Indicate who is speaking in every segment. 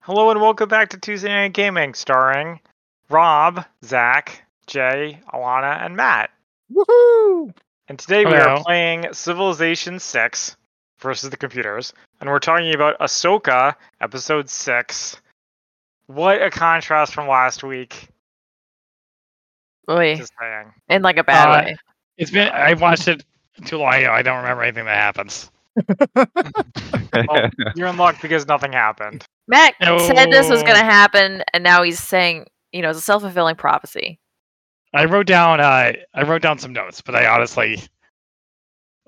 Speaker 1: Hello and welcome back to Tuesday Night Gaming, starring Rob, Zach, Jay, Alana, and Matt.
Speaker 2: Woohoo!
Speaker 1: And today we are
Speaker 3: Hello.
Speaker 1: playing Civilization 6 versus the computers, and we're talking about Ahsoka episode 6. What a contrast from last week!
Speaker 2: Boy, Eh.
Speaker 1: Just saying.
Speaker 2: in like a bad
Speaker 3: Uh,
Speaker 2: way.
Speaker 3: It's been I watched it too long ago. I don't remember anything that happens.
Speaker 1: Well, you're in luck because nothing happened.
Speaker 2: Matt said this was going to
Speaker 3: oh.
Speaker 2: happen, and now he's saying, you know, it's a self fulfilling prophecy.
Speaker 3: I wrote down uh, I wrote down some notes, but I honestly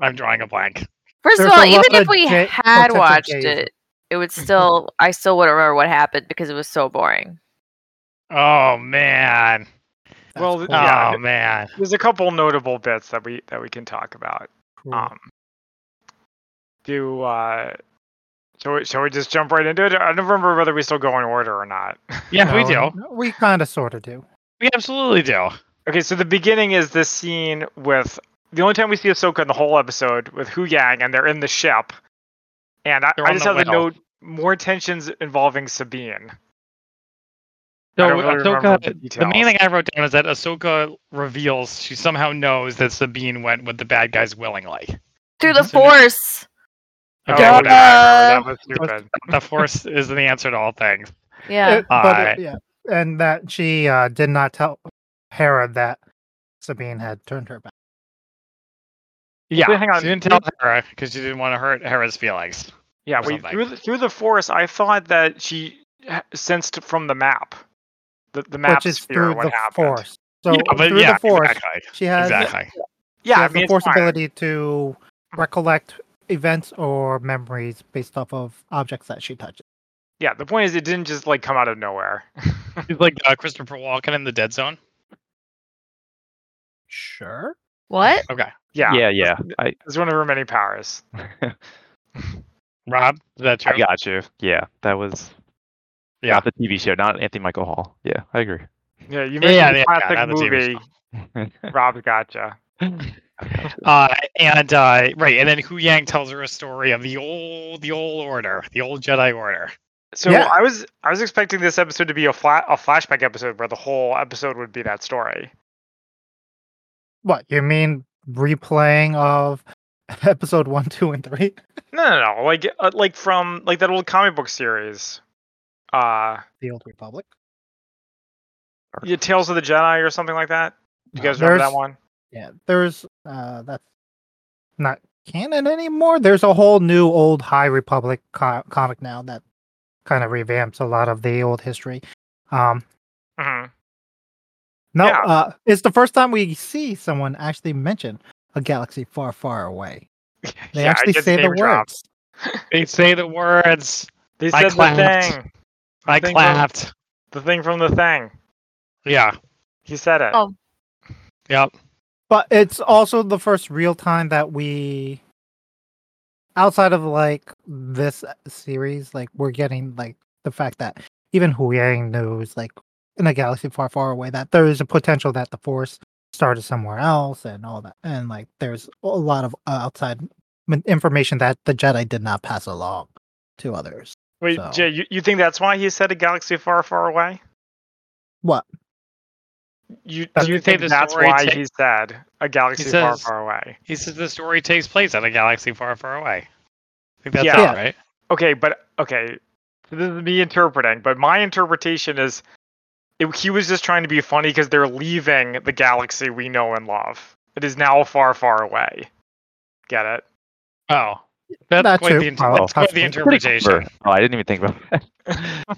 Speaker 3: I'm drawing a blank.
Speaker 2: First
Speaker 4: There's
Speaker 2: of all,
Speaker 4: a
Speaker 2: even
Speaker 4: lot
Speaker 2: if
Speaker 4: of
Speaker 2: we
Speaker 4: J-
Speaker 2: had
Speaker 4: potential
Speaker 2: watched
Speaker 4: J's.
Speaker 2: it, it would
Speaker 4: Mm-hmm.
Speaker 2: still, I still wouldn't remember what happened because it was so boring.
Speaker 3: Oh man.
Speaker 1: well,
Speaker 4: cool.
Speaker 1: Yeah.
Speaker 3: Oh man.
Speaker 1: There's a couple notable bits that we that we can talk about.
Speaker 4: Cool.
Speaker 1: Um, do uh, shall we, shall we just jump right into it? I don't remember whether we still go in order or not.
Speaker 3: Yeah, we
Speaker 4: No,
Speaker 3: do.
Speaker 4: no, We kind of sort of do.
Speaker 3: We absolutely do.
Speaker 1: Okay, so the beginning is this scene with the only time we see Ahsoka in the whole episode with Hu Yang, and they're in the ship. And I,
Speaker 3: They're
Speaker 1: I
Speaker 3: on
Speaker 1: just
Speaker 3: the
Speaker 1: have to
Speaker 3: whale.
Speaker 1: note more tensions involving Sabine. I
Speaker 3: So
Speaker 1: don't really
Speaker 3: Ahsoka,
Speaker 1: remember the
Speaker 3: the main
Speaker 1: details.
Speaker 3: thing I wrote down is that Ahsoka reveals she somehow knows that Sabine went with the bad guys willingly.
Speaker 2: Through
Speaker 4: Mm-hmm.
Speaker 2: the
Speaker 3: So now-
Speaker 2: force.
Speaker 3: Okay,
Speaker 1: Oh,
Speaker 3: whatever,
Speaker 1: whatever, that
Speaker 2: Duh.
Speaker 1: was stupid.
Speaker 3: the force is the answer to all things.
Speaker 2: Yeah.
Speaker 4: It- but it-
Speaker 3: Alright.
Speaker 4: yeah, and that she uh, did not tell Hera that Sabine had turned her back.
Speaker 3: Yeah,
Speaker 1: hang on,
Speaker 3: she didn't
Speaker 1: we-
Speaker 3: tell her because she didn't want to hurt Hera's feelings.
Speaker 1: Yeah,
Speaker 3: or
Speaker 1: we,
Speaker 3: something.
Speaker 1: through, the, through the force, I thought that she h- sensed from the map, the, the map
Speaker 4: which is
Speaker 1: sphere
Speaker 4: through
Speaker 1: what
Speaker 4: the
Speaker 1: happened.
Speaker 4: force. So
Speaker 3: yeah, but
Speaker 4: through
Speaker 3: yeah,
Speaker 4: the force,
Speaker 3: exactly.
Speaker 4: she has
Speaker 3: exactly.
Speaker 4: she
Speaker 1: Yeah, I
Speaker 4: has
Speaker 1: mean,
Speaker 4: the
Speaker 1: it's
Speaker 4: force
Speaker 1: fine.
Speaker 4: ability to recollect events or memories based off of objects that she touches.
Speaker 1: Yeah, the point is, it didn't just like come out of nowhere.
Speaker 3: He's like uh, Christopher Walken in the Dead Zone.
Speaker 4: Sure.
Speaker 2: What?
Speaker 3: Okay,
Speaker 1: yeah,
Speaker 5: yeah, yeah. I,
Speaker 1: it's one of her many powers.
Speaker 3: Rob, is that true?
Speaker 5: I got you. Yeah, that was.
Speaker 3: Yeah.
Speaker 5: not the TV show, not Anthony Michael Hall. Yeah, I agree.
Speaker 1: Yeah, you
Speaker 3: Yeah,
Speaker 1: made
Speaker 3: yeah,
Speaker 1: a
Speaker 3: yeah,
Speaker 1: classic
Speaker 3: that was a TV
Speaker 1: movie. Rob gotcha.
Speaker 3: Uh, and uh, right, and then Hu Yang tells her a story of the old, the old order, the old Jedi order.
Speaker 1: So
Speaker 4: Yeah.
Speaker 1: I was I was expecting this episode to be a flat a flashback episode where the whole episode would be that story.
Speaker 4: What you mean replaying of episode one, two, and three?
Speaker 1: No, no, no. Like uh, like from like that old comic book series, uh,
Speaker 4: The Old Republic.
Speaker 1: yeah, Tales of the Jedi or something like that. You
Speaker 4: Uh,
Speaker 1: guys remember that
Speaker 4: there's-
Speaker 1: one?
Speaker 4: Yeah, there's uh that's not canon anymore. There's a whole new old High Republic co- comic now that kind of revamps a lot of the old history. Um
Speaker 1: hmm
Speaker 4: no,
Speaker 1: Yeah.
Speaker 4: uh it's the first time we see someone actually mention a galaxy far, far away. They
Speaker 1: Yeah, I
Speaker 4: actually
Speaker 1: get
Speaker 4: say the
Speaker 1: name
Speaker 4: words.
Speaker 1: dropped.
Speaker 3: They say the words.
Speaker 1: They
Speaker 3: I
Speaker 1: said the
Speaker 3: clapped.
Speaker 1: thing,
Speaker 3: I
Speaker 1: Think of-
Speaker 3: clapped.
Speaker 1: the thing from the thing.
Speaker 3: Yeah.
Speaker 1: He said it.
Speaker 2: Oh.
Speaker 3: Yep.
Speaker 4: But it's also the first real time that we outside of like this series, like we're getting like the fact that even Hu Yang knows like in a galaxy far, far away that there is a potential that the force started somewhere else and all that and like there's a lot of uh, outside m- information that the Jedi did not pass along to others.
Speaker 1: Wait,
Speaker 4: So-
Speaker 1: Jay, you, you think that's why he said a galaxy far, far away?
Speaker 4: What?
Speaker 1: You
Speaker 4: That's
Speaker 1: do you
Speaker 3: what they
Speaker 1: think
Speaker 3: did.
Speaker 1: that's
Speaker 3: Story
Speaker 1: why
Speaker 3: ta-
Speaker 1: he said a galaxy far,
Speaker 3: says-
Speaker 1: far away?
Speaker 3: He says the story takes place at a galaxy far, far away. I think that's
Speaker 1: Yeah.
Speaker 3: it, right?
Speaker 1: Okay, but okay, so this is me interpreting, but my interpretation is it, he was just trying to be funny because they're leaving the galaxy we know and love. It is now far, far away. Get it?
Speaker 3: Oh, that's
Speaker 4: That
Speaker 3: quite
Speaker 4: too,
Speaker 3: the, inter-
Speaker 4: probably.
Speaker 3: that's quite the
Speaker 4: Pretty
Speaker 3: interpretation.
Speaker 5: Oh, I didn't even think about that.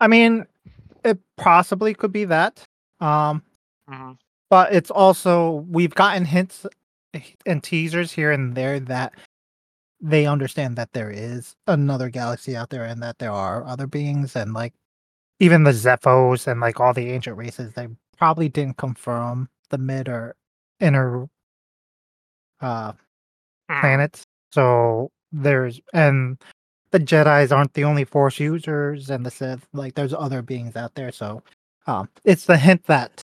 Speaker 4: I mean, it possibly could be that. Um
Speaker 1: Mm-hmm.
Speaker 4: but it's also we've gotten hints and teasers here and there that they understand that there is another galaxy out there and that there are other beings and like even the Zephos and like all the ancient races they probably didn't come from the mid or inner uh planets so there's and the jedis aren't the only force users and the sith like there's other beings out there so um it's the hint that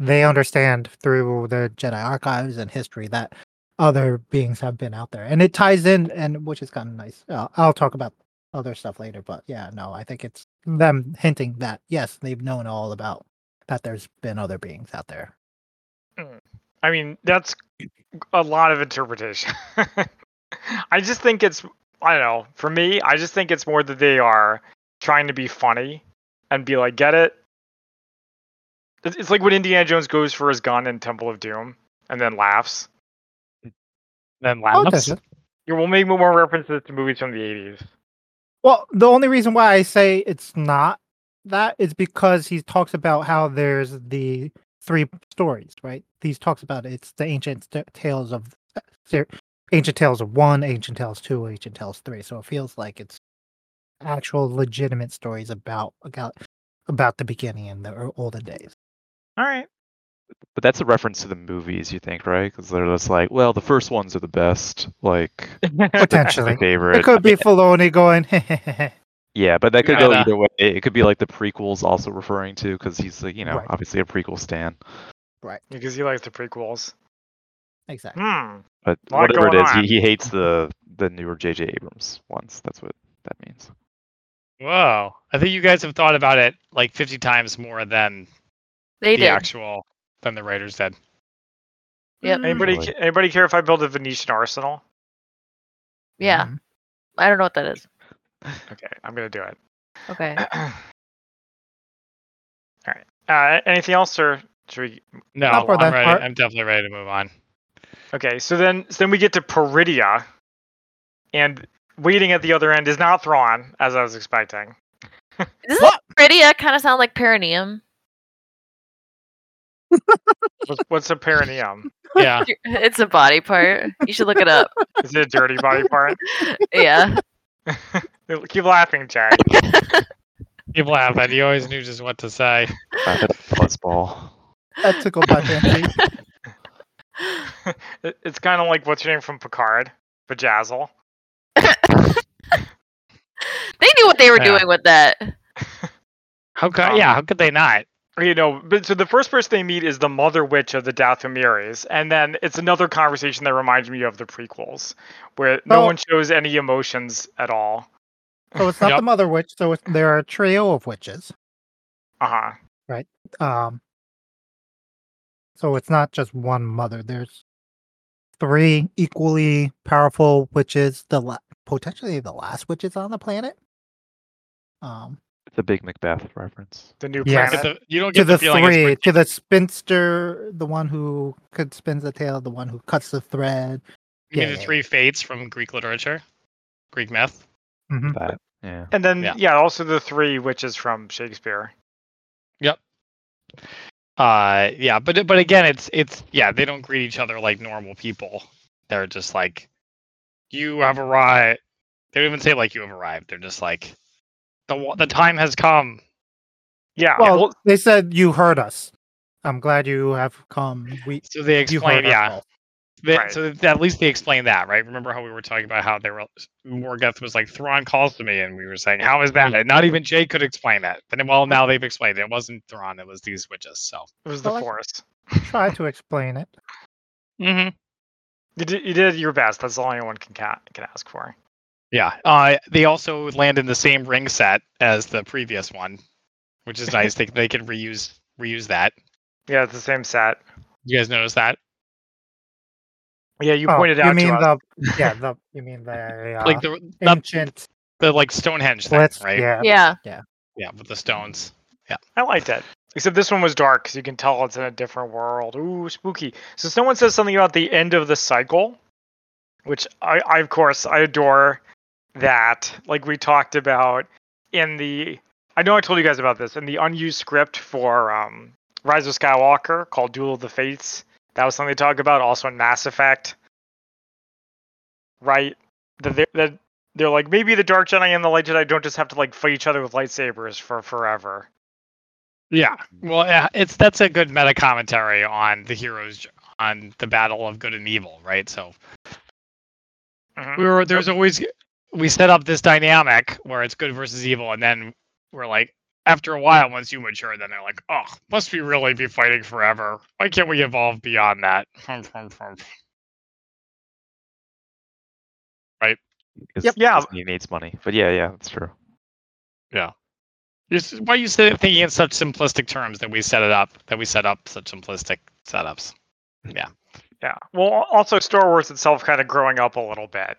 Speaker 4: they understand through the Jedi archives and history that other beings have been out there, and it ties in, and which is kind of nice. Uh, I'll talk about other stuff later. But yeah, no, I think it's them hinting that yes, they've known all about that there's been other beings out there.
Speaker 1: I mean, that's a lot of interpretation. I just think it's I don't know. For me, I just think it's more that they are trying to be funny and be like, get it. It's it's like when Indiana Jones goes for his gun in Temple of Doom and then laughs.
Speaker 3: Then
Speaker 4: Oh,
Speaker 3: laughs.
Speaker 4: doesn't.
Speaker 1: You will make more references to movies from the '80s.
Speaker 4: Well, the only reason why I say it's not that is because he talks about how there's the three stories, right? He talks about it's the ancient t- tales of uh, ser- ancient tales of one, ancient tales two, ancient tales three. So it feels like it's actual legitimate stories about about about the beginning and the o- olden days.
Speaker 1: All right.
Speaker 5: But that's a reference to the movies, you think, right? Because they're just like, well, the first ones are the best, like my
Speaker 4: Potentially,
Speaker 5: favorite.
Speaker 4: it could be Filoni going.
Speaker 5: Yeah, but that
Speaker 3: Yeah,
Speaker 5: could go
Speaker 3: nah.
Speaker 5: either way. It could be like the prequels also referring to, because he's like, you know,
Speaker 4: Right.
Speaker 5: obviously a prequel stan.
Speaker 1: Because he likes the prequels.
Speaker 4: exactly.
Speaker 1: Hmm.
Speaker 5: But
Speaker 1: Lot
Speaker 5: whatever it
Speaker 1: going
Speaker 5: is,
Speaker 1: on.
Speaker 5: he, he hates the the newer J.J. Abrams ones. That's what that means.
Speaker 3: Whoa. I think you guys have thought about it like 50 times more than
Speaker 2: They
Speaker 3: the
Speaker 2: did.
Speaker 3: actual, than the writers did.
Speaker 2: Yep.
Speaker 4: Mm-hmm.
Speaker 1: Anybody
Speaker 5: Really?
Speaker 1: anybody care if I build a Venetian arsenal?
Speaker 2: Yeah.
Speaker 4: Mhm.
Speaker 2: I don't know what that is.
Speaker 1: Okay, I'm gonna do it.
Speaker 2: Okay.
Speaker 1: All right. Uh, anything else, or should we
Speaker 3: No,
Speaker 4: Not for
Speaker 3: I'm,
Speaker 4: that
Speaker 3: ready.
Speaker 4: part.
Speaker 3: I'm definitely ready to move on.
Speaker 1: Okay, so then so then we get to Peridia, and waiting at the other end is not Thrawn, as I was expecting.
Speaker 2: Doesn't
Speaker 4: What?
Speaker 2: Peridia kind of sound like perineum?
Speaker 1: What's, what's a perineum?
Speaker 3: Yeah.
Speaker 2: It's a body part. You should look it up.
Speaker 1: Is it a dirty body part?
Speaker 2: Yeah.
Speaker 1: Keep laughing, Jack.
Speaker 3: People have that. You always knew just what to say.
Speaker 5: Uh, that's a buzzball.
Speaker 4: That tickled my fancy.
Speaker 1: It- It's kind of like what's your name from Picard, Bajazzle.
Speaker 2: They knew what they were
Speaker 3: Yeah.
Speaker 2: doing with that.
Speaker 3: How could,
Speaker 1: Um,
Speaker 3: yeah, how could they not?
Speaker 1: You know, but so the first person they meet is the Mother Witch of the Dathomiris, and then it's another conversation that reminds me of the prequels, where no
Speaker 4: Well-
Speaker 1: one shows any emotions at all.
Speaker 4: So it's not
Speaker 3: Yep.
Speaker 4: the mother witch. So it's, there are a trio of witches.
Speaker 1: Uh huh.
Speaker 4: Um, so it's not just one mother. There's three equally powerful witches. The la- potentially the last witches on the planet. Um,
Speaker 5: It's a big Macbeth reference.
Speaker 1: The new
Speaker 4: Yes.
Speaker 1: planet.
Speaker 3: Get the- you don't
Speaker 4: to
Speaker 3: get the,
Speaker 4: the
Speaker 3: feeling. it's
Speaker 4: three,
Speaker 3: like-
Speaker 4: to the spinster, the one who could spins the tail, the one who cuts the thread.
Speaker 3: you mean
Speaker 4: yeah,
Speaker 3: the
Speaker 4: yeah,
Speaker 3: three fates from Greek literature, Greek myth.
Speaker 4: Mhm.
Speaker 5: That yeah.
Speaker 1: And then
Speaker 3: Yeah.
Speaker 1: yeah, also the three witches from Shakespeare.
Speaker 3: Uh, yeah, but but again, it's it's yeah, they don't greet each other like normal people. They're just like, you have arrived. They don't even say like you have arrived. They're just like, the wa- the time has come. Ah,
Speaker 1: Yeah.
Speaker 4: Well, they said you heard us. I'm glad you have come. We
Speaker 3: So they
Speaker 4: you heard
Speaker 3: explain,
Speaker 4: us
Speaker 3: yeah.
Speaker 4: all."
Speaker 3: They,
Speaker 1: Right.
Speaker 3: So th- at least they explained that, right? Remember how we were talking about how they were Morgoth was like Thrawn calls to me, and we were saying, "How is that?" And not even Jay could explain it. But then- well, now they've explained it. It wasn't Thrawn; it was these witches. So
Speaker 1: it was the
Speaker 4: I like-
Speaker 1: forest.
Speaker 4: Try to explain it.
Speaker 3: mm-hmm.
Speaker 1: You did, you did your best. That's all anyone can ca- can ask for.
Speaker 3: yeah, uh, they also land in the same ring set as the previous one, which is nice. they they can reuse reuse that.
Speaker 1: Yeah, it's the same set.
Speaker 3: You guys notice that?
Speaker 1: Yeah, you
Speaker 4: Oh,
Speaker 1: pointed out
Speaker 4: You mean
Speaker 1: to us.
Speaker 4: the yeah the you mean the uh,
Speaker 3: like the the,
Speaker 4: ancient
Speaker 3: the like Stonehenge thing,
Speaker 4: blitz?
Speaker 3: right?
Speaker 4: Yeah.
Speaker 2: Yeah.
Speaker 3: yeah, with the stones.
Speaker 1: I liked it. Except this one was dark, because you can tell it's in a different world. Ooh, spooky. So someone says something about the end of the cycle, which I, I of course, I adore that. Like we talked about in the, I know I told you guys about this in the unused script for um, Rise of Skywalker called Duel of the Fates. That was something they talked about. Also in Mass Effect, right? That they that they're like maybe the Dark Jedi and the Light Jedi don't just have to like fight each other with lightsabers for forever.
Speaker 3: Yeah. Well, yeah, it's that's a good meta commentary on the heroes j- on the battle of good and evil, right? So
Speaker 1: Mhm.
Speaker 3: we were there's always we set up this dynamic where it's good versus evil, and then we're like, after a while, once you mature, then they're like, oh, must we really be fighting forever? Why can't we evolve beyond that? Right.
Speaker 5: Because
Speaker 1: Yep. Yeah.
Speaker 5: Disney needs money. But yeah, yeah, that's true.
Speaker 3: This is why you say thinking in such simplistic terms that we set it up, that we set up such simplistic setups.
Speaker 1: Yeah. Well, al- also Star Wars itself kind of growing up a little bit.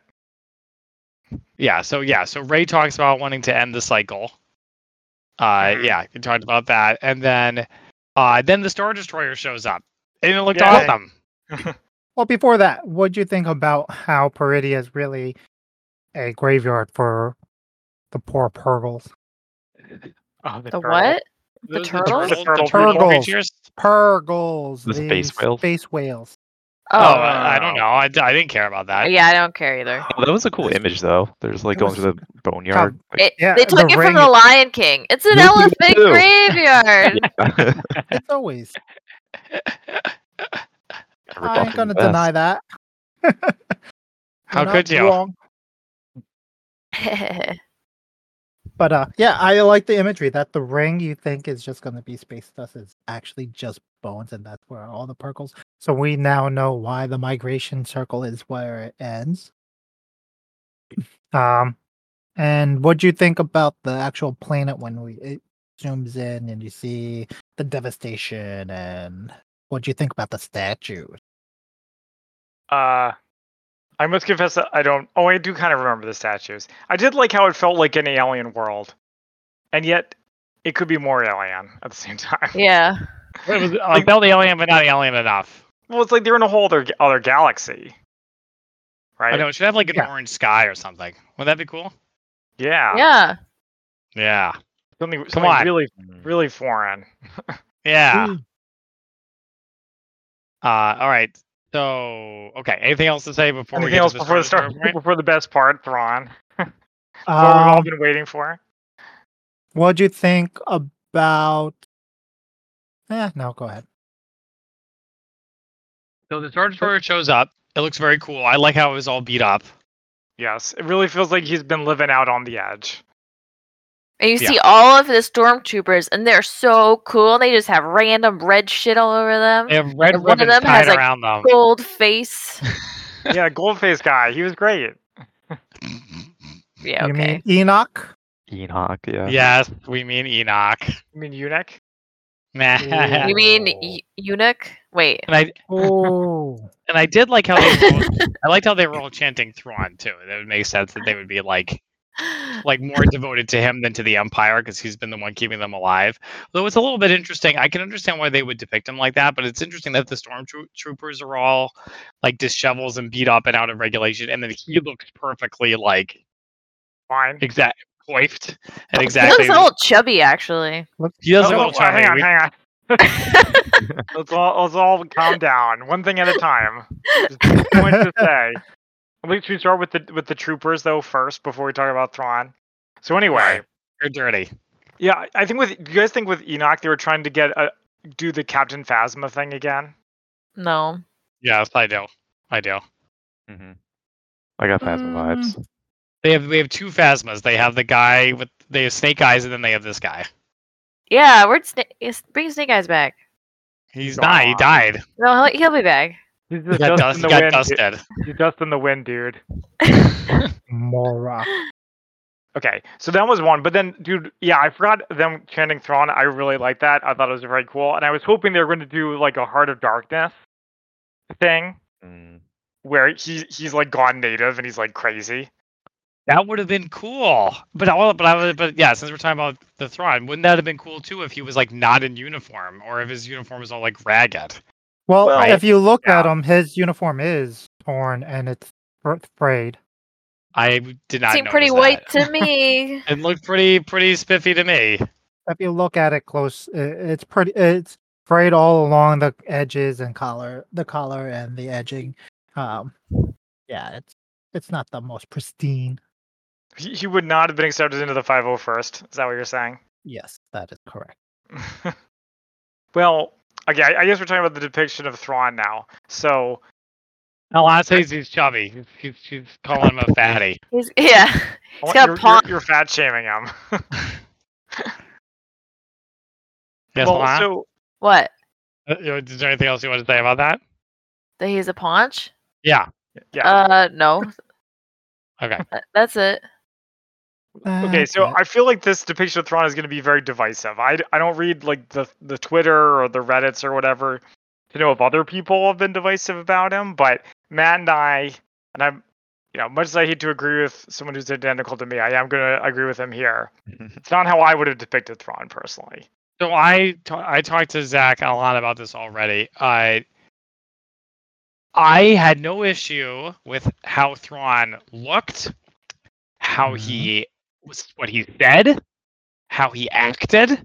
Speaker 3: Yeah. So yeah. So Ray talks about wanting to end the cycle. Uh,
Speaker 1: Mhm.
Speaker 3: yeah, we talked about that, and then, uh, then the Star Destroyer shows up, and it looked
Speaker 1: Yeah.
Speaker 3: awesome.
Speaker 4: Well, before that, what'd you think about how Peridia is really a graveyard for the poor Purgles?
Speaker 1: Oh,
Speaker 2: The what?
Speaker 3: Those
Speaker 1: The
Speaker 2: turtles?
Speaker 3: are The turtle, the
Speaker 1: turtle
Speaker 3: turtle
Speaker 4: turtles.
Speaker 3: creatures.
Speaker 4: Purgles,
Speaker 5: The space whales?
Speaker 4: Space whales.
Speaker 3: Oh,
Speaker 2: Oh,
Speaker 3: I, I don't know. I, I didn't care about that.
Speaker 2: yeah, I don't care either.
Speaker 5: Oh, that was a cool image though. There's like
Speaker 4: It
Speaker 5: going
Speaker 4: was-
Speaker 5: to the boneyard. like-
Speaker 2: It,
Speaker 4: Yeah,
Speaker 2: they took
Speaker 4: the
Speaker 2: it from
Speaker 4: ring-
Speaker 2: the Lion King. It's an
Speaker 5: Me
Speaker 2: elephant
Speaker 5: too.
Speaker 2: graveyard.
Speaker 4: It's always.
Speaker 5: Rip off
Speaker 4: I'm
Speaker 5: the
Speaker 4: gonna
Speaker 5: best.
Speaker 4: deny that.
Speaker 3: How
Speaker 4: Not
Speaker 3: could you?
Speaker 4: wrong. But uh, yeah, I like the imagery that the ring you think is just going to be space dust is actually just bones, and that's where all the purples. So we now know why the migration circle is where it ends. Um, and what do you think about the actual planet when we it zooms in and you see the devastation? And what do you think about the statue?
Speaker 1: Uh, I must confess that I don't. Oh, I do kind of remember the statues. I did like how it felt like an alien world, and yet it could be more alien at the same time.
Speaker 2: yeah.
Speaker 3: It was, uh,
Speaker 1: Like-
Speaker 3: built alien, but not alien enough.
Speaker 1: Well, it's like they're in a whole other other galaxy, right?
Speaker 3: I know. It should have like an
Speaker 4: Yeah.
Speaker 3: orange sky or something. Would that be cool?
Speaker 1: Yeah.
Speaker 2: Yeah.
Speaker 3: Yeah.
Speaker 1: Something,
Speaker 3: Come
Speaker 1: something
Speaker 3: on.
Speaker 1: really,
Speaker 5: Mm.
Speaker 1: really foreign.
Speaker 2: Ah,
Speaker 3: Yeah.
Speaker 4: Mm.
Speaker 3: Uh, all right. So, okay. Anything else to say before we
Speaker 1: Anything
Speaker 3: get
Speaker 1: else
Speaker 3: to
Speaker 1: before the
Speaker 3: Star
Speaker 1: start?
Speaker 3: Destroyer point?
Speaker 1: Before the best part, Thrawn. What we've all
Speaker 4: Um,
Speaker 1: been waiting for.
Speaker 4: what do you think about? Eh, no, go ahead.
Speaker 3: So the Star Destroyer shows up. It looks very cool. I like how it was all beat up.
Speaker 1: Yes, it really feels like he's been living out on the edge.
Speaker 2: And you
Speaker 3: Yeah.
Speaker 2: see all of the stormtroopers, and they're so cool. And they just have random red shit all over them.
Speaker 3: They have red
Speaker 2: And one of
Speaker 3: ribbons
Speaker 2: them
Speaker 3: tied
Speaker 2: has, like,
Speaker 3: around them.
Speaker 2: Gold face.
Speaker 1: yeah, Goldface guy, he was great.
Speaker 2: Yeah.
Speaker 4: You
Speaker 2: Okay.
Speaker 4: mean Enoch?
Speaker 5: Enoch, yeah.
Speaker 3: yes, we mean Enoch.
Speaker 1: I mean, eunuch.
Speaker 3: Nah.
Speaker 2: You mean,
Speaker 1: Oh.
Speaker 2: y- eunuch? Wait.
Speaker 3: And I
Speaker 4: Oh.
Speaker 3: and I did like how they were all, I liked how they were all chanting Thrawn too. That would make sense that they would be like like more devoted to him than to the Empire because he's been the one keeping them alive. Though it's a little bit interesting. I can understand why they would depict him like that, but it's interesting that the stormtroopers are all like disheveled and beat up and out of regulation, and then he looks perfectly like
Speaker 1: Fine.
Speaker 3: exact coiffed and
Speaker 2: He
Speaker 3: exactly.
Speaker 2: looks a little chubby, actually.
Speaker 3: He does look a
Speaker 1: Oh,
Speaker 3: little
Speaker 1: well, hang
Speaker 3: charming.
Speaker 1: on,
Speaker 3: We-
Speaker 1: hang on. let's all let's all calm down. One thing at a time. Just two points to say. At least we start with the with the troopers though first before we talk about Thrawn. So anyway,
Speaker 3: You're dirty.
Speaker 1: yeah, I- I think with do you guys think with Enoch they were trying to get a do the Captain Phasma thing again?
Speaker 2: No.
Speaker 3: Yes, I do. I do.
Speaker 5: Mhm. I got Phasma
Speaker 4: Mm.
Speaker 5: vibes.
Speaker 3: They have we have two phasmas. They have the guy with they have snake eyes, and then they have this guy.
Speaker 2: Yeah. We're sna- is- bring Snake Eyes back.
Speaker 3: He's not. He
Speaker 1: Gone.
Speaker 3: died.
Speaker 2: No, he'll, he'll be back.
Speaker 1: He's
Speaker 3: He
Speaker 1: just
Speaker 3: got,
Speaker 1: dust in
Speaker 3: dust, he
Speaker 1: the
Speaker 3: got
Speaker 1: wind. dude.
Speaker 3: dusted.
Speaker 1: He's dust in the wind, dude.
Speaker 4: Mora.
Speaker 1: Okay, so that was one. But then, dude, yeah, I forgot them chanting Thrawn. I really like that. I thought it was very cool, and I was hoping they were going to do like a Heart of Darkness thing
Speaker 5: Mm.
Speaker 1: where he he's like gone native and he's like crazy.
Speaker 3: That would have been cool. But all, but I was, but yeah, since we're talking about the Thrawn, wouldn't that have been cool too if he was like not in uniform or if his uniform was all like ragged?
Speaker 4: Well,
Speaker 1: Well,
Speaker 4: if you look at
Speaker 1: yeah.
Speaker 4: him, his uniform is torn and it's fr- frayed.
Speaker 3: I w- did not
Speaker 2: Seemed pretty
Speaker 3: notice
Speaker 2: white
Speaker 3: that.
Speaker 2: to me.
Speaker 3: It looked pretty pretty spiffy to me.
Speaker 4: If you look at it close, i- it's pretty. It's frayed all along the edges and collar, the collar and the edging. Um, yeah, it's it's not the most pristine.
Speaker 1: He, he would not have been accepted into the 501st. Is that what you're saying?
Speaker 4: Yes, that is correct.
Speaker 1: well, okay, I, I guess we're talking about the depiction of Thrawn now. So
Speaker 3: Now, I says he's chubby. He's, he's, she's calling him a fatty.
Speaker 2: He's- yeah.
Speaker 1: I want-
Speaker 2: got a
Speaker 1: you're,
Speaker 2: paw-
Speaker 1: you're, you're fat shaming him.
Speaker 3: Yes,
Speaker 1: well,
Speaker 3: Lon?
Speaker 1: so
Speaker 2: What?
Speaker 3: Uh, you know, is there anything else you want to say about that?
Speaker 2: That he's a paunch?
Speaker 3: Yeah.
Speaker 1: Yeah.
Speaker 2: Uh, no.
Speaker 3: Okay.
Speaker 2: Th- That's it.
Speaker 1: Okay, so
Speaker 4: Okay.
Speaker 1: I feel like this depiction of Thrawn is going to be very divisive. I, d- I don't read like the the Twitter or the Reddits or whatever to know if other people have been divisive about him, but Matt and I, and I'm, you know, much as I hate to agree with someone who's identical to me, I am going to agree with him here. It's not how I would have depicted Thrawn personally.
Speaker 3: So I ta- I talked to Zach a lot about this already. I I had no issue with how Thrawn looked, how he was, what he said, how he acted.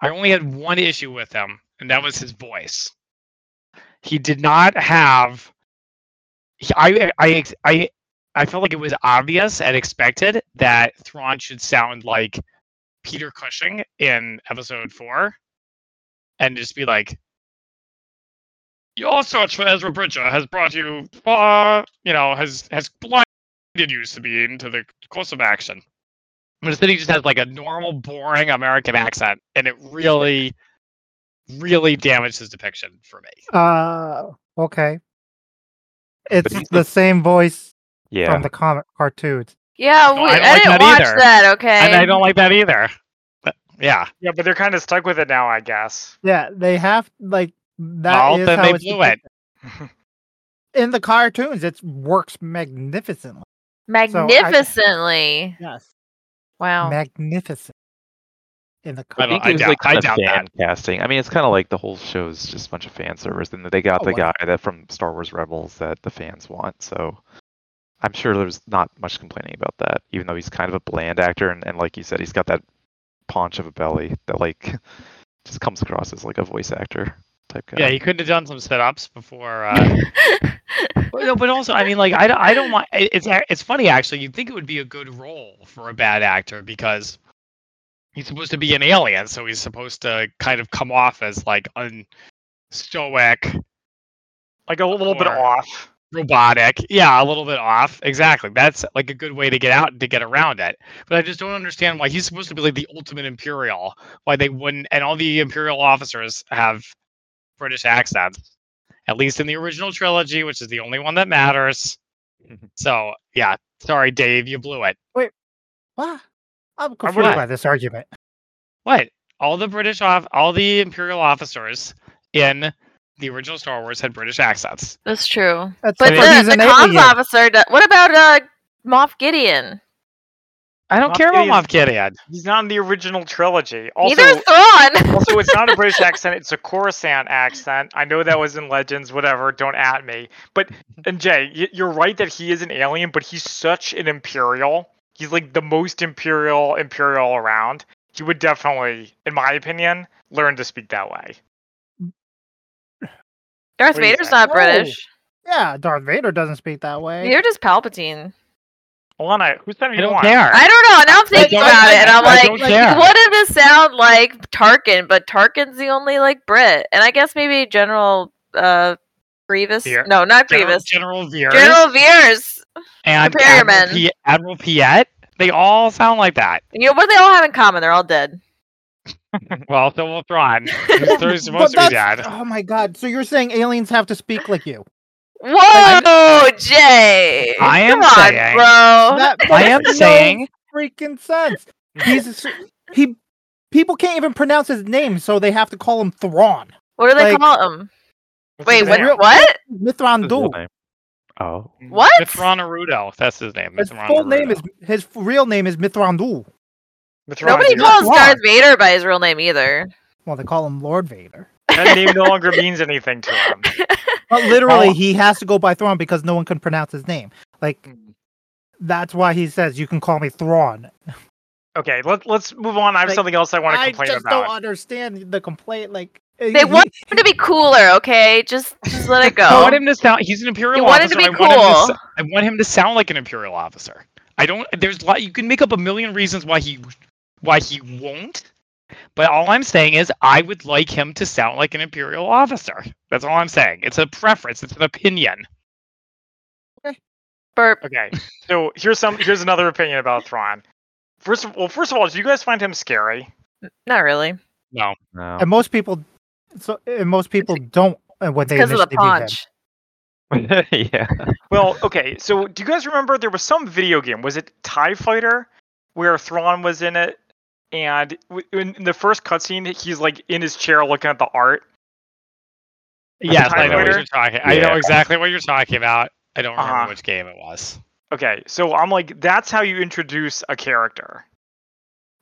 Speaker 3: I only had one issue with him, and that was his voice. He did not have. he- I I ex- I I felt like it was obvious and expected that Thrawn should sound like Peter Cushing in episode four and just be like, Your search for Ezra Bridger has brought you far, you know, has has blinded you, Sabine, to the course of action. But instead, he just has like a normal, boring American accent, and it really, really damaged his depiction for me.
Speaker 4: Uh, okay. It's
Speaker 5: he's-
Speaker 4: the same voice
Speaker 5: yeah.
Speaker 4: from the comic cartoons.
Speaker 2: Yeah,
Speaker 3: No,
Speaker 2: we,
Speaker 3: I
Speaker 2: I,
Speaker 3: don't like
Speaker 2: didn't
Speaker 3: that
Speaker 2: watch
Speaker 3: either.
Speaker 2: that. Okay.
Speaker 3: And I don't like that either. But, yeah.
Speaker 1: Yeah, but they're kind of stuck with it now, I guess.
Speaker 4: Yeah, they have like that
Speaker 3: Well,
Speaker 4: is
Speaker 3: then
Speaker 4: how
Speaker 3: they
Speaker 4: it's
Speaker 3: blew
Speaker 4: depicted.
Speaker 3: it.
Speaker 4: in the cartoons. It works magnificently.
Speaker 2: Magnificently.
Speaker 4: Yes,
Speaker 2: wow.
Speaker 4: magnificent. In the
Speaker 3: I don't-
Speaker 4: cartoons.
Speaker 5: it was
Speaker 3: doubt- I
Speaker 5: kind of
Speaker 3: doubt that.
Speaker 5: fan casting. I mean, it's kind of like the whole show's just a bunch of fan service, and they got
Speaker 4: Oh,
Speaker 5: the
Speaker 4: wow.
Speaker 5: guy that from Star Wars Rebels that the fans want. So I'm sure there's not much complaining about that, even though he's kind of a bland actor, and, and like you said, he's got that paunch of a belly that like just comes across as like a voice actor type guy.
Speaker 3: Yeah, he couldn't have done some sit ups before. Uh, Well, no, but also, I mean, like, I, don't- I don't want. it- It's a- it's funny actually. You'd think it would be a good role for a bad actor because he's supposed to be an alien, so he's supposed to kind of come off as like un stoic,
Speaker 1: Like a little bit
Speaker 3: Or-
Speaker 1: off.
Speaker 3: robotic. Yeah, a little bit off. Exactly. That's like a good way to get out to get around it. But I just don't understand why he's supposed to be like the ultimate imperial. Why they wouldn't? And all the imperial officers have British accents, at least in the original trilogy, which is the only one that matters. So yeah, sorry, Dave, you blew it.
Speaker 4: What? I'm confused
Speaker 1: not-
Speaker 4: by this argument.
Speaker 3: What? All the British off, all the imperial officers in the original Star Wars had British accents.
Speaker 2: That's true.
Speaker 4: That's
Speaker 2: But
Speaker 3: I
Speaker 4: like, he's
Speaker 2: the,
Speaker 3: mean-
Speaker 2: the
Speaker 4: an
Speaker 2: comms
Speaker 4: alien.
Speaker 2: officer. do- what about uh, Moff Gideon?
Speaker 3: I don't
Speaker 1: Moff
Speaker 3: care about
Speaker 1: Gideon's-
Speaker 3: Moff Gideon.
Speaker 1: He's not in the original trilogy. Also,
Speaker 2: Neither is Thrawn.
Speaker 1: also, it's not a British accent; it's a Coruscant accent. I know that was in Legends, whatever. Don't at me. But and Jay, y- you're right that he is an alien, but he's such an imperial. He's like the most imperial imperial around. He would definitely, in my opinion, learn to speak that way.
Speaker 2: Darth
Speaker 1: What do you
Speaker 2: Vader's
Speaker 1: say?
Speaker 2: not
Speaker 4: Whoa.
Speaker 3: Oh.
Speaker 2: British.
Speaker 4: Yeah, Darth Vader doesn't speak that way.
Speaker 2: Neither does Palpatine.
Speaker 1: Alana, who's that
Speaker 3: I
Speaker 1: you
Speaker 3: don't
Speaker 1: want?
Speaker 3: care.
Speaker 2: I don't know. And I'm thinking
Speaker 3: don't-
Speaker 2: about it, and I'm
Speaker 3: I
Speaker 2: like,
Speaker 3: don't care.
Speaker 2: you want him to sound like Tarkin, but Tarkin's the only like Brit, and I guess maybe General uh, Grievous.
Speaker 3: Veer-
Speaker 2: No, not
Speaker 3: General,
Speaker 2: Grievous.
Speaker 3: General Veers
Speaker 2: General Veers.
Speaker 3: and
Speaker 2: Superior
Speaker 3: Admiral,
Speaker 2: Men.
Speaker 3: P- Admiral Piet. They all sound like that.
Speaker 2: You know what do they all have in common? They're all dead.
Speaker 3: Well, so will Thrawn. who's they're supposed to be
Speaker 4: that's-
Speaker 3: dead.
Speaker 4: Oh my god! So you're saying aliens have to speak like you?
Speaker 2: Whoa, Jay!
Speaker 3: I am
Speaker 2: Come on,
Speaker 3: saying-
Speaker 2: bro.
Speaker 4: That
Speaker 3: I
Speaker 4: makes
Speaker 3: am
Speaker 4: no
Speaker 3: saying
Speaker 4: freaking sense. He's a s- he. People can't even pronounce his name, so they have to call him Thrawn.
Speaker 2: what do they
Speaker 4: like-
Speaker 2: call him?
Speaker 1: What's
Speaker 2: Wait,
Speaker 1: his
Speaker 2: what?
Speaker 1: name?
Speaker 4: real-
Speaker 2: What?
Speaker 4: Mithran
Speaker 5: His real
Speaker 4: Dul.
Speaker 5: name. Oh.
Speaker 2: What?
Speaker 3: Mithran Arudo. That's his name.
Speaker 4: His
Speaker 3: Mithran
Speaker 4: full name
Speaker 3: Arudo.
Speaker 4: is his f- real name is Mithran Dul.
Speaker 1: Mithran,
Speaker 2: Nobody
Speaker 1: you're-
Speaker 2: calls
Speaker 4: wrong.
Speaker 2: Darth Vader by his real name either.
Speaker 4: Well, they call him Lord Vader.
Speaker 1: that name no longer means anything to him.
Speaker 4: But literally,
Speaker 3: Well-
Speaker 4: he has to go by Thrawn because no one can pronounce his name. Like
Speaker 1: Hmm.
Speaker 4: that's why he says you can call me Thrawn.
Speaker 1: Okay, let, let's move on. I have
Speaker 4: Like,
Speaker 1: something else I want to
Speaker 4: I
Speaker 1: complain
Speaker 4: just
Speaker 1: about.
Speaker 4: don't understand the complaint. Like uh,
Speaker 2: They want him to be cooler, okay? Just just let it
Speaker 3: I
Speaker 2: go.
Speaker 3: want him to sound. He's an imperial
Speaker 2: You want him
Speaker 3: officer.
Speaker 2: to be
Speaker 3: I, want him
Speaker 2: cool.
Speaker 3: to, s- I want him to sound like an imperial officer. I don't. There's lot. You can make up a million reasons why he, why he won't. But all I'm saying is, I would like him to sound like an imperial officer. That's all I'm saying. It's a preference. It's an opinion.
Speaker 2: Burp.
Speaker 1: Okay, so here's some here's another opinion about Thrawn. First of well, first of all, do you guys find him scary?
Speaker 2: Not really.
Speaker 3: No.
Speaker 5: No.
Speaker 4: and most people, so and most people don't uh, when they
Speaker 2: Because of
Speaker 4: initially
Speaker 2: the
Speaker 4: view him.
Speaker 2: paunch.
Speaker 5: yeah.
Speaker 1: Well, okay. So, do you guys remember there was some video game? Was it Tie Fighter, where Thrawn was in it, and w- in in the first cutscene, he's like in his chair looking at the art.
Speaker 3: Yes, I know what
Speaker 1: typewriter?
Speaker 3: you're talking. I know
Speaker 5: Yeah.
Speaker 3: exactly what you're talking about. I don't remember
Speaker 1: Uh-huh.
Speaker 3: which game it was.
Speaker 1: Okay, so I'm like, that's how you introduce a character.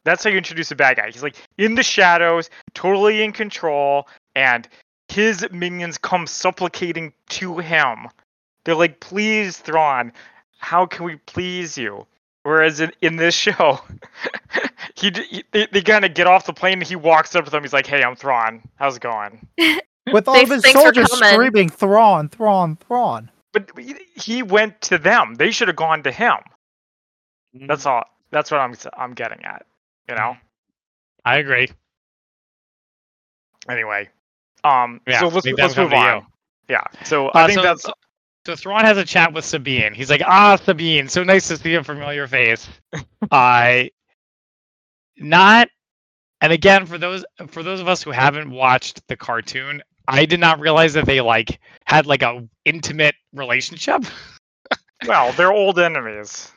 Speaker 1: That's how you introduce a bad guy. He's like in the shadows, totally in control, and his minions come supplicating to him. They're like, please, Thrawn, how can we please you? Whereas in, in this show, he, d- he they, they kind of get off the plane and he walks up to them. He's like, hey, I'm Thrawn. How's it going?
Speaker 4: With all of
Speaker 2: Thanks-
Speaker 4: his
Speaker 2: thanks for
Speaker 4: soldiers
Speaker 2: coming.
Speaker 4: screaming, Thrawn, Thrawn, Thrawn.
Speaker 1: But he- he went to them. They should have gone to him. That's all. That's what I'm s- I'm getting at. You know.
Speaker 3: I agree.
Speaker 1: anyway um
Speaker 3: Yeah,
Speaker 1: so let's,
Speaker 3: make them
Speaker 1: let's
Speaker 3: come
Speaker 1: move
Speaker 3: to
Speaker 1: on
Speaker 3: you.
Speaker 1: yeah so i
Speaker 3: Uh,
Speaker 1: think
Speaker 3: so,
Speaker 1: that's
Speaker 3: so, so Thrawn has a chat with Sabine. He's like, "Ah, Sabine, so nice to see a familiar face." I not, and again for those for those of us who haven't watched the cartoon, I did not realize that they like had like a intimate relationship.
Speaker 1: well they're old enemies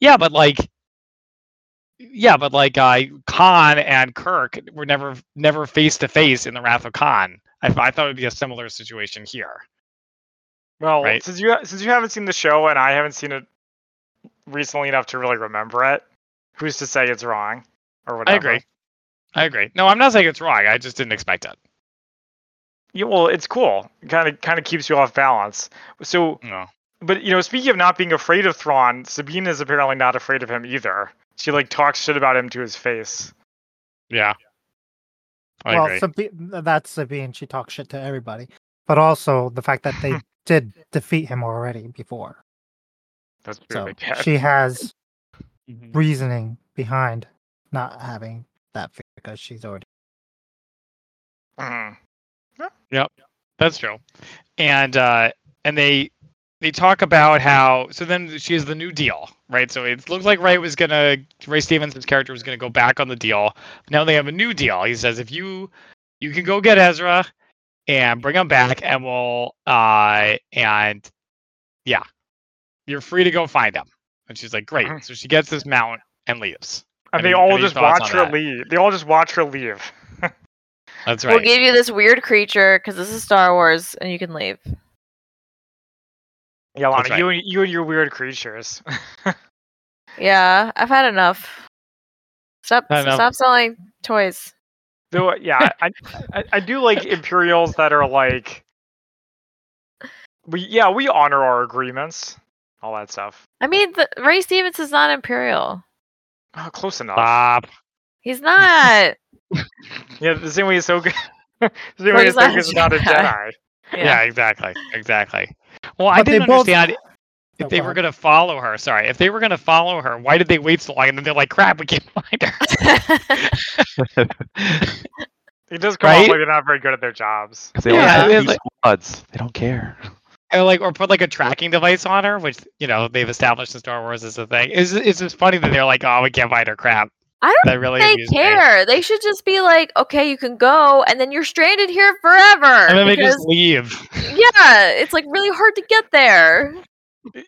Speaker 3: Yeah, but like, yeah, but like, uh, Khan and Kirk were never never face to face in the Wrath of Khan. I, I thought it would be a similar situation here.
Speaker 1: well
Speaker 3: Right.
Speaker 1: since you since you haven't seen the show and i haven't seen it recently enough to really remember it who's to say it's wrong or whatever
Speaker 3: I agree. uh, I agree. No, I'm not saying it's wrong. I just didn't expect it.
Speaker 1: yeah, well it's cool kind of kind of keeps you off balance so
Speaker 3: No.
Speaker 1: but you know speaking of not being afraid of thrawn sabine is apparently not afraid of him either she like talks shit about him to his face
Speaker 3: Yeah. I
Speaker 4: well,
Speaker 3: agree.
Speaker 4: Sabi- that's Sabine. She talks shit to everybody. But also the fact that they did defeat him already before.
Speaker 1: that's
Speaker 4: So
Speaker 1: really bad.
Speaker 4: she has
Speaker 5: Mm-hmm.
Speaker 4: reasoning behind not having that fear because she's already.
Speaker 1: Mhm.
Speaker 3: That's true. And uh and they they talk about how so then she has the new deal, right? So it looks like Ray was gonna Ray Stevenson's character was gonna go back on the deal. Now they have a new deal. He says if you you can go get Ezra and bring him back and we'll uh and yeah. You're free to go find him. And she's like, Great.
Speaker 4: Uh-huh.
Speaker 1: Mhm.
Speaker 3: So she gets this mount and leaves.
Speaker 1: and they
Speaker 3: Any-
Speaker 1: all
Speaker 3: any
Speaker 1: just
Speaker 3: thoughts
Speaker 1: watch
Speaker 3: on
Speaker 1: her
Speaker 3: that?
Speaker 1: leave they all just watch her leave
Speaker 3: That's
Speaker 2: We'll
Speaker 3: right.
Speaker 2: give you this weird creature because this is Star Wars, and you can leave.
Speaker 1: Yeah,
Speaker 3: That's
Speaker 1: Lana,
Speaker 3: right.
Speaker 1: you and you and your weird creatures.
Speaker 2: Yeah, I've had enough. Stop!
Speaker 3: I know.
Speaker 2: Stop selling toys.
Speaker 1: Though, yeah, I, I I do like Imperials that are like, we yeah we honor our agreements, all that stuff.
Speaker 2: I mean, the, Ray Stevens is not imperial.
Speaker 1: Oh, close enough.
Speaker 3: Stop.
Speaker 2: He's not.
Speaker 1: Yeah, the same way Ahsoka, the same
Speaker 2: Well,
Speaker 1: way
Speaker 2: he's not a
Speaker 1: Ahsoka's not a Jedi.
Speaker 2: Jedi.
Speaker 3: Yeah. exactly. Exactly. Well, I
Speaker 4: But they
Speaker 3: didn't
Speaker 4: both-
Speaker 3: understand
Speaker 4: Oh,
Speaker 3: if they
Speaker 4: go
Speaker 3: were
Speaker 4: ahead.
Speaker 3: going to follow her. Sorry, if they were going to follow her, why did they wait so long? And then they're like, "Crap, we can't find her."
Speaker 2: Yeah.
Speaker 1: It does come off
Speaker 3: Right?
Speaker 1: like they're not very good at their jobs.
Speaker 5: 'Cause They only
Speaker 3: Yeah,
Speaker 5: have
Speaker 3: it's
Speaker 5: two
Speaker 3: like-
Speaker 5: squads. They don't care.
Speaker 3: Or like, or put like a tracking device on her, which you know they've established in Star Wars is a thing. Is it's just funny that they're like, "Oh, we can't find her." Crap.
Speaker 2: I don't
Speaker 3: That really
Speaker 2: they
Speaker 3: amused me.
Speaker 2: care. They should just be like, okay, you can go, and then you're stranded here forever.
Speaker 3: And then they
Speaker 2: because,
Speaker 3: just leave.
Speaker 2: yeah, it's like really hard to get there.